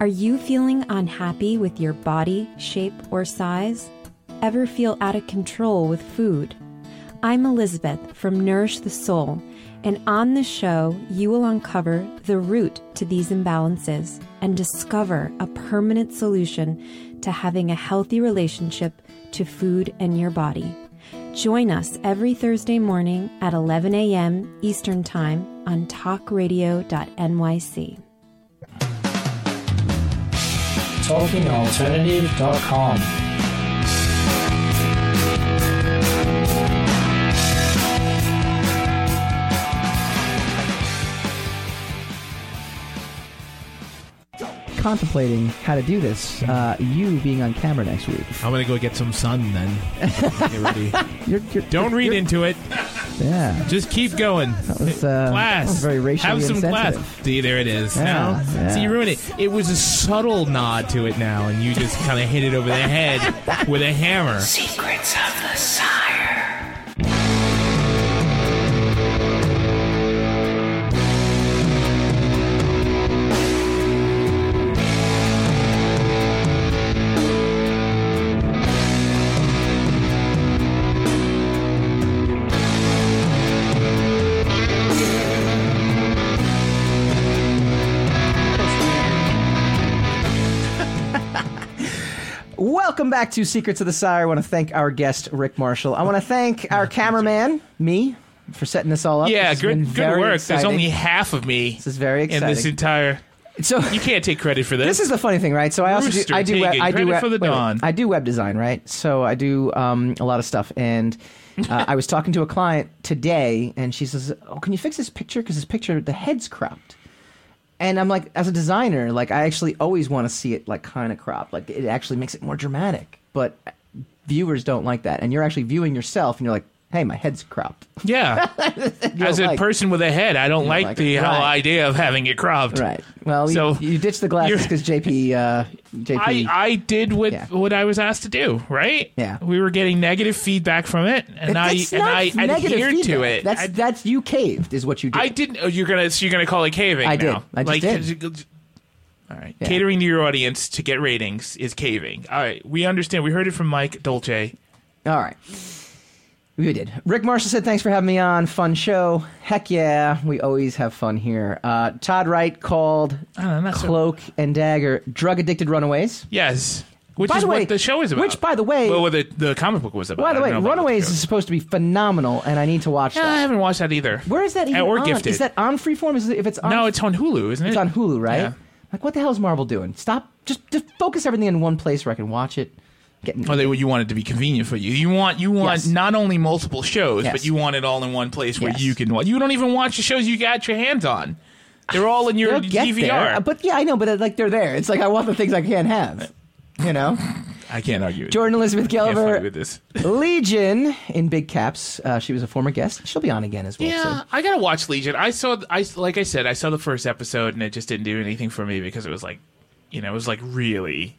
Are you feeling unhappy with your body, shape, or size? Ever feel out of control with food? I'm Elizabeth from Nourish the Soul, and on this show, you will uncover the root to these imbalances and discover a permanent solution to having a healthy relationship to food and your body. Join us every Thursday morning at 11 a.m. Eastern Time on talkradio.nyc.
TalkingAlternative.com.
Contemplating how to do this, uh, you being on camera next week.
I'm gonna go get some sun then. Get ready.
You're, you're,
Don't read into it.
Yeah.
Just keep going.
That was, uh,
class.
that was very racially
Have some
insensitive.
class. See, there it is.
Yeah,
now,
yeah.
see, you ruined it. It was a subtle nod to it now, and you just kind of hit it over the head with a hammer.
Secrets of the Sire.
Welcome back to Secrets of the Sire. I want to thank our guest Rick Marshall. I want to thank our cameraman, me, for setting this all up.
Yeah,
This has been
good, good
very
work.
exciting.
There's only half of me. This
is very
In this
exciting.
entire,
so
you can't take credit for this.
This is the funny thing, right? So I also do,
Rooster
I do web,
taking
I do
credit
web,
for the
wait, wait.
dawn.
I do web design, right? So I do um, a lot of stuff, and uh, I was talking to a client today, and she says, "Oh, can you fix this picture? Because this picture, the head's cropped." And I'm like, as a designer, like I actually always want to see it like kind of cropped, like it actually makes it more dramatic. But uh, viewers don't like that, and you're actually viewing yourself, and you're like, "Hey, my head's cropped."
yeah. As a
like-
person with a head, I don't like,
like
the
it.
whole
Right.
idea of having it cropped.
Right. Well, you,
So,
you ditched the glasses
you're-
because JP, uh, JP.
I, I did what what I was asked to do, right? Yeah. We were getting negative feedback from it, and I
That's
and
not
I
negative
adhered to
feedback.
it.
That's
I,
that's you caved is what you did.
I didn't. Oh, you're gonna so you're gonna call it caving.
I did.
now.
I just
like,
did.
All right.
Yeah.
Catering to your audience to get ratings is caving. All right. We understand. We heard it from Mike Dolce.
All right. We did. Rick Marshall said, "Thanks for having me on. Fun show. Heck yeah, we always have fun here." Uh, Todd Wright called Cloak and Dagger drug addicted runaways.
Yes. Which
By
is
the way-
what the show is about.
which, by the way-
well, what the, the comic book was about.
By the
I
way,
don't know about-
Runaways is supposed to be phenomenal, and I need to watch
Yeah,
that.
I haven't watched that either.
Where is that even
or
on?
Gifted.
Is that on Freeform? Is it, if it's on
No, it's on Hulu, isn't it?
It's on Hulu, right?
Yeah.
Like, what the hell is Marvel doing? Stop. Just, just focus everything in one place where I can watch it. Getting
Oh, they, you want it to be convenient for you. You want you want
Yes.
not only multiple shows,
Yes.
but you want it all in one place where
Yes.
you can watch. You don't even watch the shows you got your hands on. They're all in your
They'll get
DVR.
uh, there. Uh, But yeah, I know. But uh, like, they're there. It's like I want the things I can't have. You know.
I can't argue. with
Jordan Elizabeth
I can't
Gelber.
fight with this.
Legion in big caps. Uh, she was a former guest. She'll be on again as well.
Yeah,
soon.
I gotta watch Legion. I saw, I like I said, I saw the first episode and it just didn't do anything for me because it was like, you know, it was like really,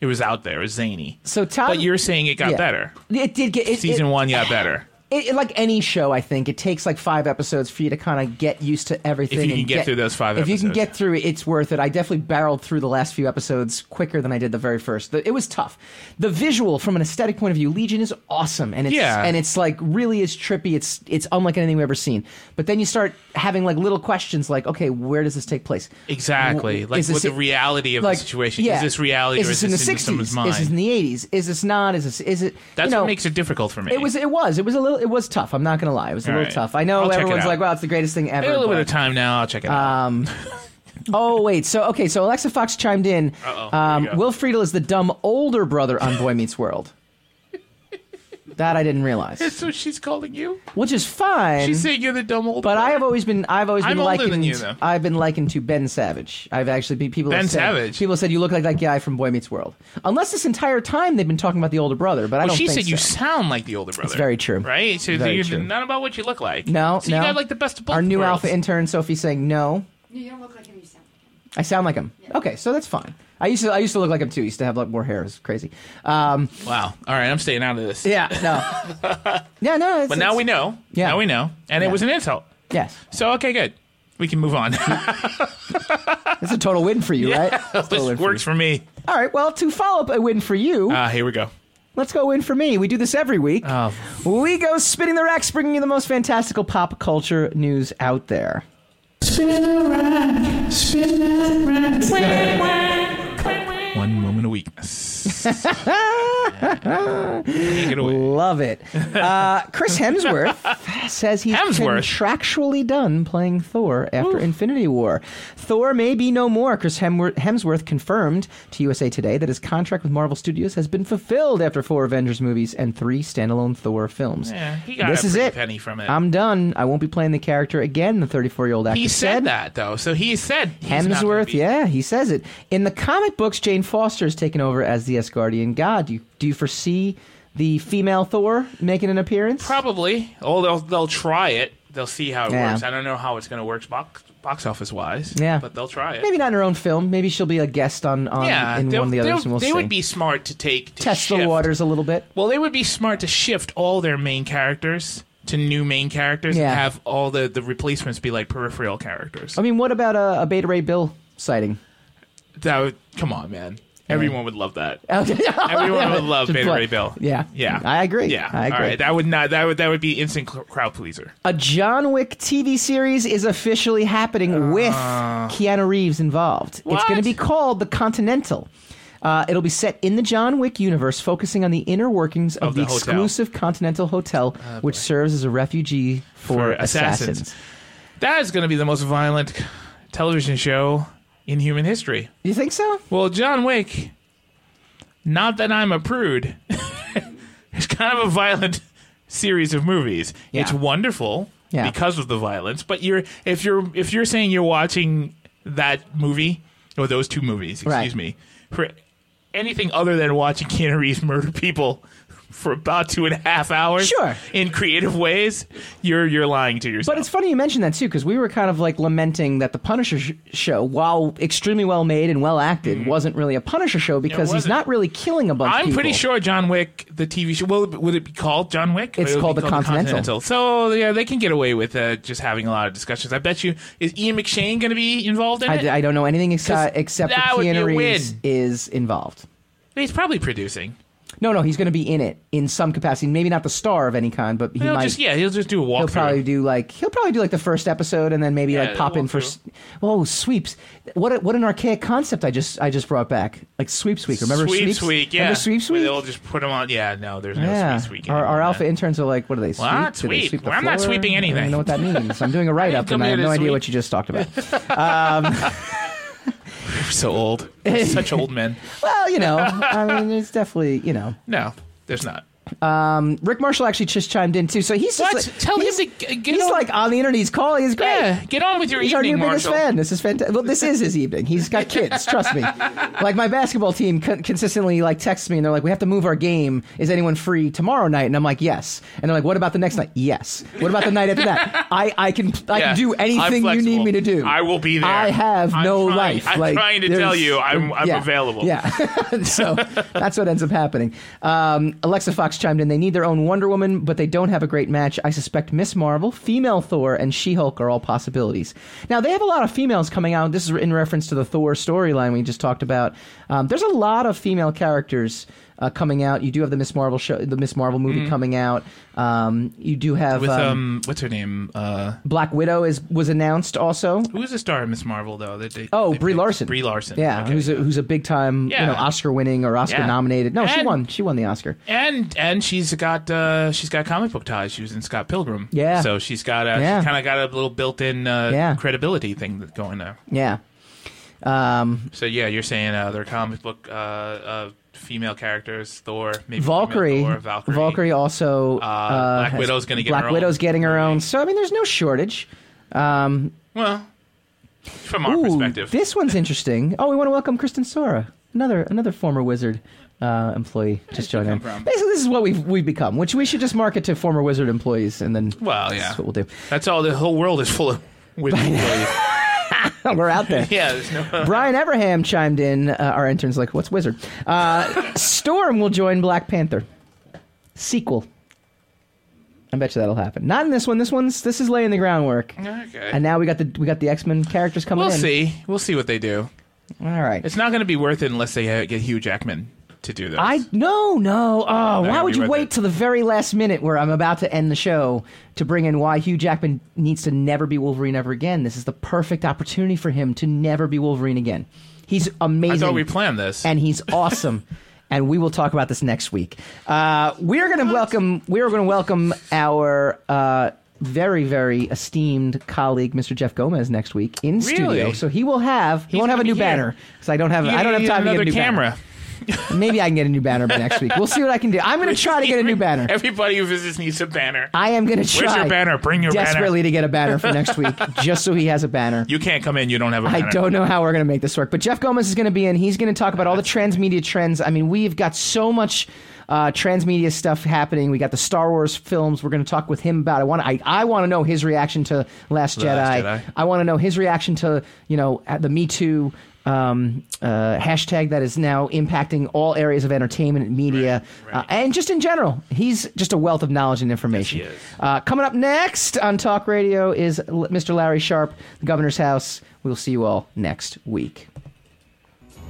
it was out there, it was zany.
So Tom,
But you're saying it got
Yeah.
better.
It did get it,
Season
it-
one got better.
It, it- like any show, I think it takes like five episodes for you to kind of get used to everything.
If you
and
can get through those five
if you can
episodes.
get through it, it's worth it. I definitely barreled through the last few episodes quicker than I did the very first. The- It was tough. The visual, from an aesthetic point of view, Legion is awesome, and it's
Yeah.
and it's like really is trippy. It's it's unlike anything we've ever seen. But then you start having like little questions, like okay, where does this take place?
Exactly.
Is
Like
this
with the
it-
reality of
like,
the situation.
yeah.
Is this reality
Is
or
this
is
in
this
the
in, someone's mind?
Is this in the eighties? Is this not? Is this? Is it?
That's
you know,
what makes it difficult for me.
It was. It was. It was a little. It was tough. I'm not gonna lie. It was a
All
little
right.
tough. I know
I'll check it
everyone's
out.
like, "Wow, it's the greatest thing ever."
a little
but-
bit of time now. I'll check it out.
um, oh wait. So okay. So Alexa Fox chimed in.
Uh-oh, here
Um,
we go.
Will Friedle is the dumb older brother on Boy Meets World. that I didn't realize,
That's what she's calling you.
which is fine.
She's saying you're the dumb old.
but I have always been. I've always been
I'm older
likened.
than you, though.
I've been likened to Ben Savage. I've actually been people. have
Ben
said-
Savage?
People said you look like that guy from Boy Meets World. Unless this entire time they've been talking about the older brother, but I
Well,
don't.
she
think
said you
so.
sound like the older brother.
very true.
Right? So
Very
you're
true.
not about what you look like.
No,
So
no.
you got like the best of both
Our new
worlds.
alpha intern Sophie saying no. I sound like him. Okay, so that's fine. I used to I used to look like him too. Used to have like more hair. It was crazy. Um,
Wow. All right, I'm staying out of this.
yeah, no, yeah, no. It's,
But now
it's-
we know.
Yeah.
Now we know. And
Yeah.
it was an insult.
Yes,
So okay, good. We can move on.
it's a total win for you, right? It's a total win
this
for
works for me.
you. All right. Well, to follow up a win for you,
Ah, here we go.
let's go win for me. We do this every week.
Oh,
We go spinning the racks, bringing you the most fantastical pop culture news out there.
one moment of weakness.
Love it. Uh, Chris Hemsworth says he's
Hemsworth?
contractually done playing Thor after Infinity War. Thor may be no more. Chris Hemwor- Hemsworth confirmed to USA Today that his contract with Marvel Studios has been fulfilled after four Avengers movies and three standalone Thor films.
Yeah, he got
this
a
is
pretty
it.
penny from it.
I'm done. I won't be playing the character again. The 34 year old actor
he said, that though, so he said he's not gonna
Hemsworth,
be-
yeah, he says it. In the comic books, Jane Foster is taken over as the Asgardian god. Do you, do you foresee the female Thor making an appearance?
Probably. Oh, they'll they'll try it. They'll see how it
Yeah.
works. I don't know how it's going to work box box office wise.
Yeah.
but they'll try it.
Maybe not in her own film. Maybe she'll be a guest on, on
yeah,
in one
they'll-
of the others,
they'll-
and we'll
they
see.
would be smart to take to
Test the
shift.
waters a little bit.
Well, they would be smart to shift all their main characters to new main characters
Yeah.
and have all the the replacements be like peripheral characters.
I mean, what about a, a Beta Ray Bill sighting?
That would, come on, man. Everyone would love that.
Okay.
Everyone would love
Just
Beta
play-
Ray Bill.
Yeah.
Yeah.
I agree.
Yeah.
I agree.
All right. That would not. That would that would be instant cl- crowd pleaser.
A John Wick TV series is officially happening with Keanu Reeves involved. It's
Ah. What?
going to be called The Continental. Uh, it'll be set in the John Wick universe, focusing on the inner workings of,
Of
the,
the hotel. Ah,
exclusive Continental Hotel, which serves as a refugee for,
For
assassins.
assassins. That is going to be the most violent television show in human history.
You think so?
Well, John Wick. Not that I'm a prude. it's kind of a violent series of movies.
Yeah.
It's wonderful
Yeah.
because of the violence. But you're if you're if you're saying you're watching that movie or those two movies, excuse
Right.
me, for anything other than watching Keanu Reeves murder people for about two and a half hours,
Sure.
in creative ways, you're you're lying to yourself.
But it's funny you mentioned that too, because we were kind of like lamenting that the Punisher sh- show, while extremely well made and well acted, wasn't really a Punisher show because he's
Hmm. wasn't.
not really killing a bunch.
I'm
of
pretty
people.
sure John Wick, the TV show, well, would it be called John Wick?
It's
It would be
called The Continental.
So yeah, they can get away with uh, just having a lot of discussions. I bet you is Ian McShane going to be involved in
I,
it?
I don't know anything ex- uh,
'Cause
except that
that would be
Keanu
a
Reeves
win.
is involved.
He's probably producing.
No, no, he's going to be in it in some capacity. Maybe not the star of any kind, but he
He'll
might.
just yeah, he'll just do a
he'll
walkthrough.
probably do like he'll probably do like the first episode, and then maybe
Yeah,
like pop in for.
walkthrough.
s- Oh, sweeps! What a, what an archaic concept I just I just brought back. Like sweeps week. Remember
sweeps,
sweeps
week, yeah.
Remember sweeps
Where
week.
They'll just put him on. Yeah, no, there's no
Yeah,
sweeps week.
our,
anymore,
our
man.
alpha interns are like, what do they sweep?
What?
Do they
Sweep?
sweep the
Well, I'm not
floor?
sweeping
I don't
anything.
know what that means. I'm doing a write up, and
come
I
here
have
to
no idea
sweep.
what you just talked about.
We're so old. We're Such old men.
well, you know, I mean, it's definitely you know.
No, there's not.
Um, Rick Marshall actually just chimed in too, so he's just
What?
like-
Tell him
he's,
to g- get
he's
on-
like on the internet. He's calling. He's great.
Yeah, get on with your
he's
evening,
our new biggest
Marshall.
fan. This is fantastic. Well, this is his evening. He's got kids. trust me. Like my basketball team con- consistently like texts me and they're like, "We have to move our game. Is anyone free tomorrow night?" And I'm like, "Yes." And they're like, "What about the next night?" Yes. What about the night after that? I I can I
Yeah,
can do
I'm
anything you need
flexible.
me to do.
I will be there.
I have
I'm
no
trying-
life.
I'm
Like,
trying to
there's-
tell you, I'm- I'm
yeah.
available.
Yeah. so that's what ends up happening. Um, Alexa Fox chimed in. They need their own Wonder Woman, but they don't have a great match. I suspect Miss Marvel, female Thor, and She Hulk are all possibilities. Now, they have a lot of females coming out. This is in reference to the Thor storyline we just talked about. Um, there's a lot of female characters. Uh, coming out, you do have the Miss Marvel show, the Miss Marvel movie
Mhm.
coming out. Um, you do have
With um,
um,
what's her name? Uh,
Black Widow is was announced also.
who's the star of Miss Marvel though? That they,
Oh, Brie Larson.
Brie Larson.
Yeah, who's a, who's a big time you know
Yeah.
Oscar winning or Oscar
Yeah.
nominated? No, she
And-
won. She won the Oscar.
And and she's got uh, she's got comic book ties. She was in Scott Pilgrim.
Yeah.
So she's got a,
Yeah.
she's kind of got a little built-in uh,
Yeah.
credibility thing that's going there.
Yeah. Um,
So yeah, you're saying uh, they're comic book uh, uh, female characters, Thor, maybe female
Valkyrie,
Thor, Valkyrie.
also. uh,
Uh, Black
has-
Widow's gonna get
Black
her own
Widow's getting her own. So I mean, there's no shortage. Um,
Well, from our
ooh,
perspective,
this one's interesting. Oh, we want to welcome Kristen Sora, another another former Wizard uh, employee, just joined in.
come from?
Basically, this is what we've we've become, which we should just market to former Wizard employees, and then
Well, yeah.
that's what we'll do.
that's all. The whole world is full of women.
Oh, We're out there.
yeah, there's no. uh,
Brian Everham chimed in. Uh, our intern's like, "What's Wizard?" Uh, Storm will join Black Panther sequel. I bet you that'll happen. Not in this one. This one's this is laying the groundwork.
Okay.
And now we got the we got the X Men characters coming
We'll
in.
see. We'll see what they do.
All right.
It's not going to be worth it unless they uh, get Hugh Jackman to do that.
I no no. Oh, why
gonna
would
be
you
worth
wait till the very last minute where I'm about to end the show to bring in why Hugh Jackman needs to never be Wolverine ever again? This is the perfect opportunity for him to never be Wolverine again. He's
I
amazing.
thought we planned this.
and he's awesome. and we will talk about this next week. Uh, we are going to welcome. We are going to welcome our. Uh, very, very esteemed colleague, Mr. Jeff Gomez, next week in studio.
Really?
So he will have he won't have a new
gonna be here.
banner because I don't have
You
I don't have
need
time to get a
another
new
camera.
Banner. Maybe I can get a new banner by next week. We'll see what I can do. I'm going to try to get a new banner.
Everybody who visits needs a banner.
I am going to
Where's
try.
your banner? Bring your banner.
desperately to get a banner for next week, just so he has a banner.
You can't come in. You don't have a banner.
I don't know how we're going to make this work, but Jeff Gomez is going to be in. He's going to talk about all the transmedia trends. I mean, we've got so much uh, transmedia stuff happening. We got the Star Wars films. We're going to talk with him about. it. I want. I, I want to know his reaction to Last
The
Jedi.
Last Jedi.
I want to know his reaction to you know uh, the Me Too. Um, uh, hashtag that is now impacting all areas of entertainment, and media, Uh, and just in general. He's just a wealth of knowledge and information. Uh, coming up next on Talk Radio is L- Mr. Larry Sharp, the governor's house. We'll see you all next week.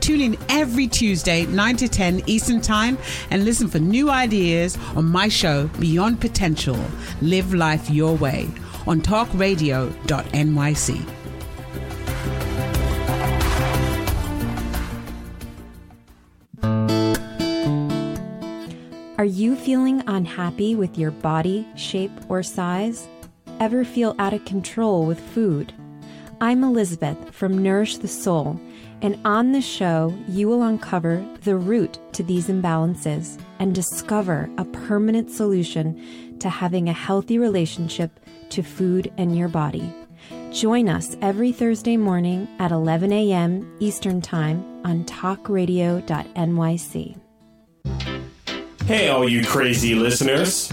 Tune in every Tuesday, 9 to 10 Eastern Time, and listen for new ideas on my show, Beyond Potential Live Life Your Way, on talkradio.nyc.
Are you feeling unhappy with your body, shape, or size? Ever feel out of control with food? I'm Elizabeth from Nourish the Soul, and on this show, you will uncover the root to these imbalances and discover a permanent solution to having a healthy relationship to food and your body. Join us every Thursday morning at 11 a.m. Eastern Time on talkradio.nyc.
Hey, all you crazy listeners.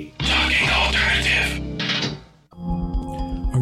Talking Alternative.
Are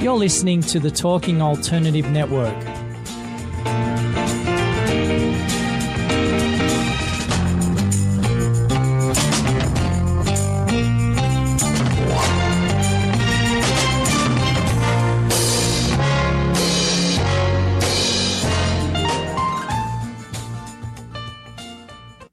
You're listening to the Talking Alternative Network.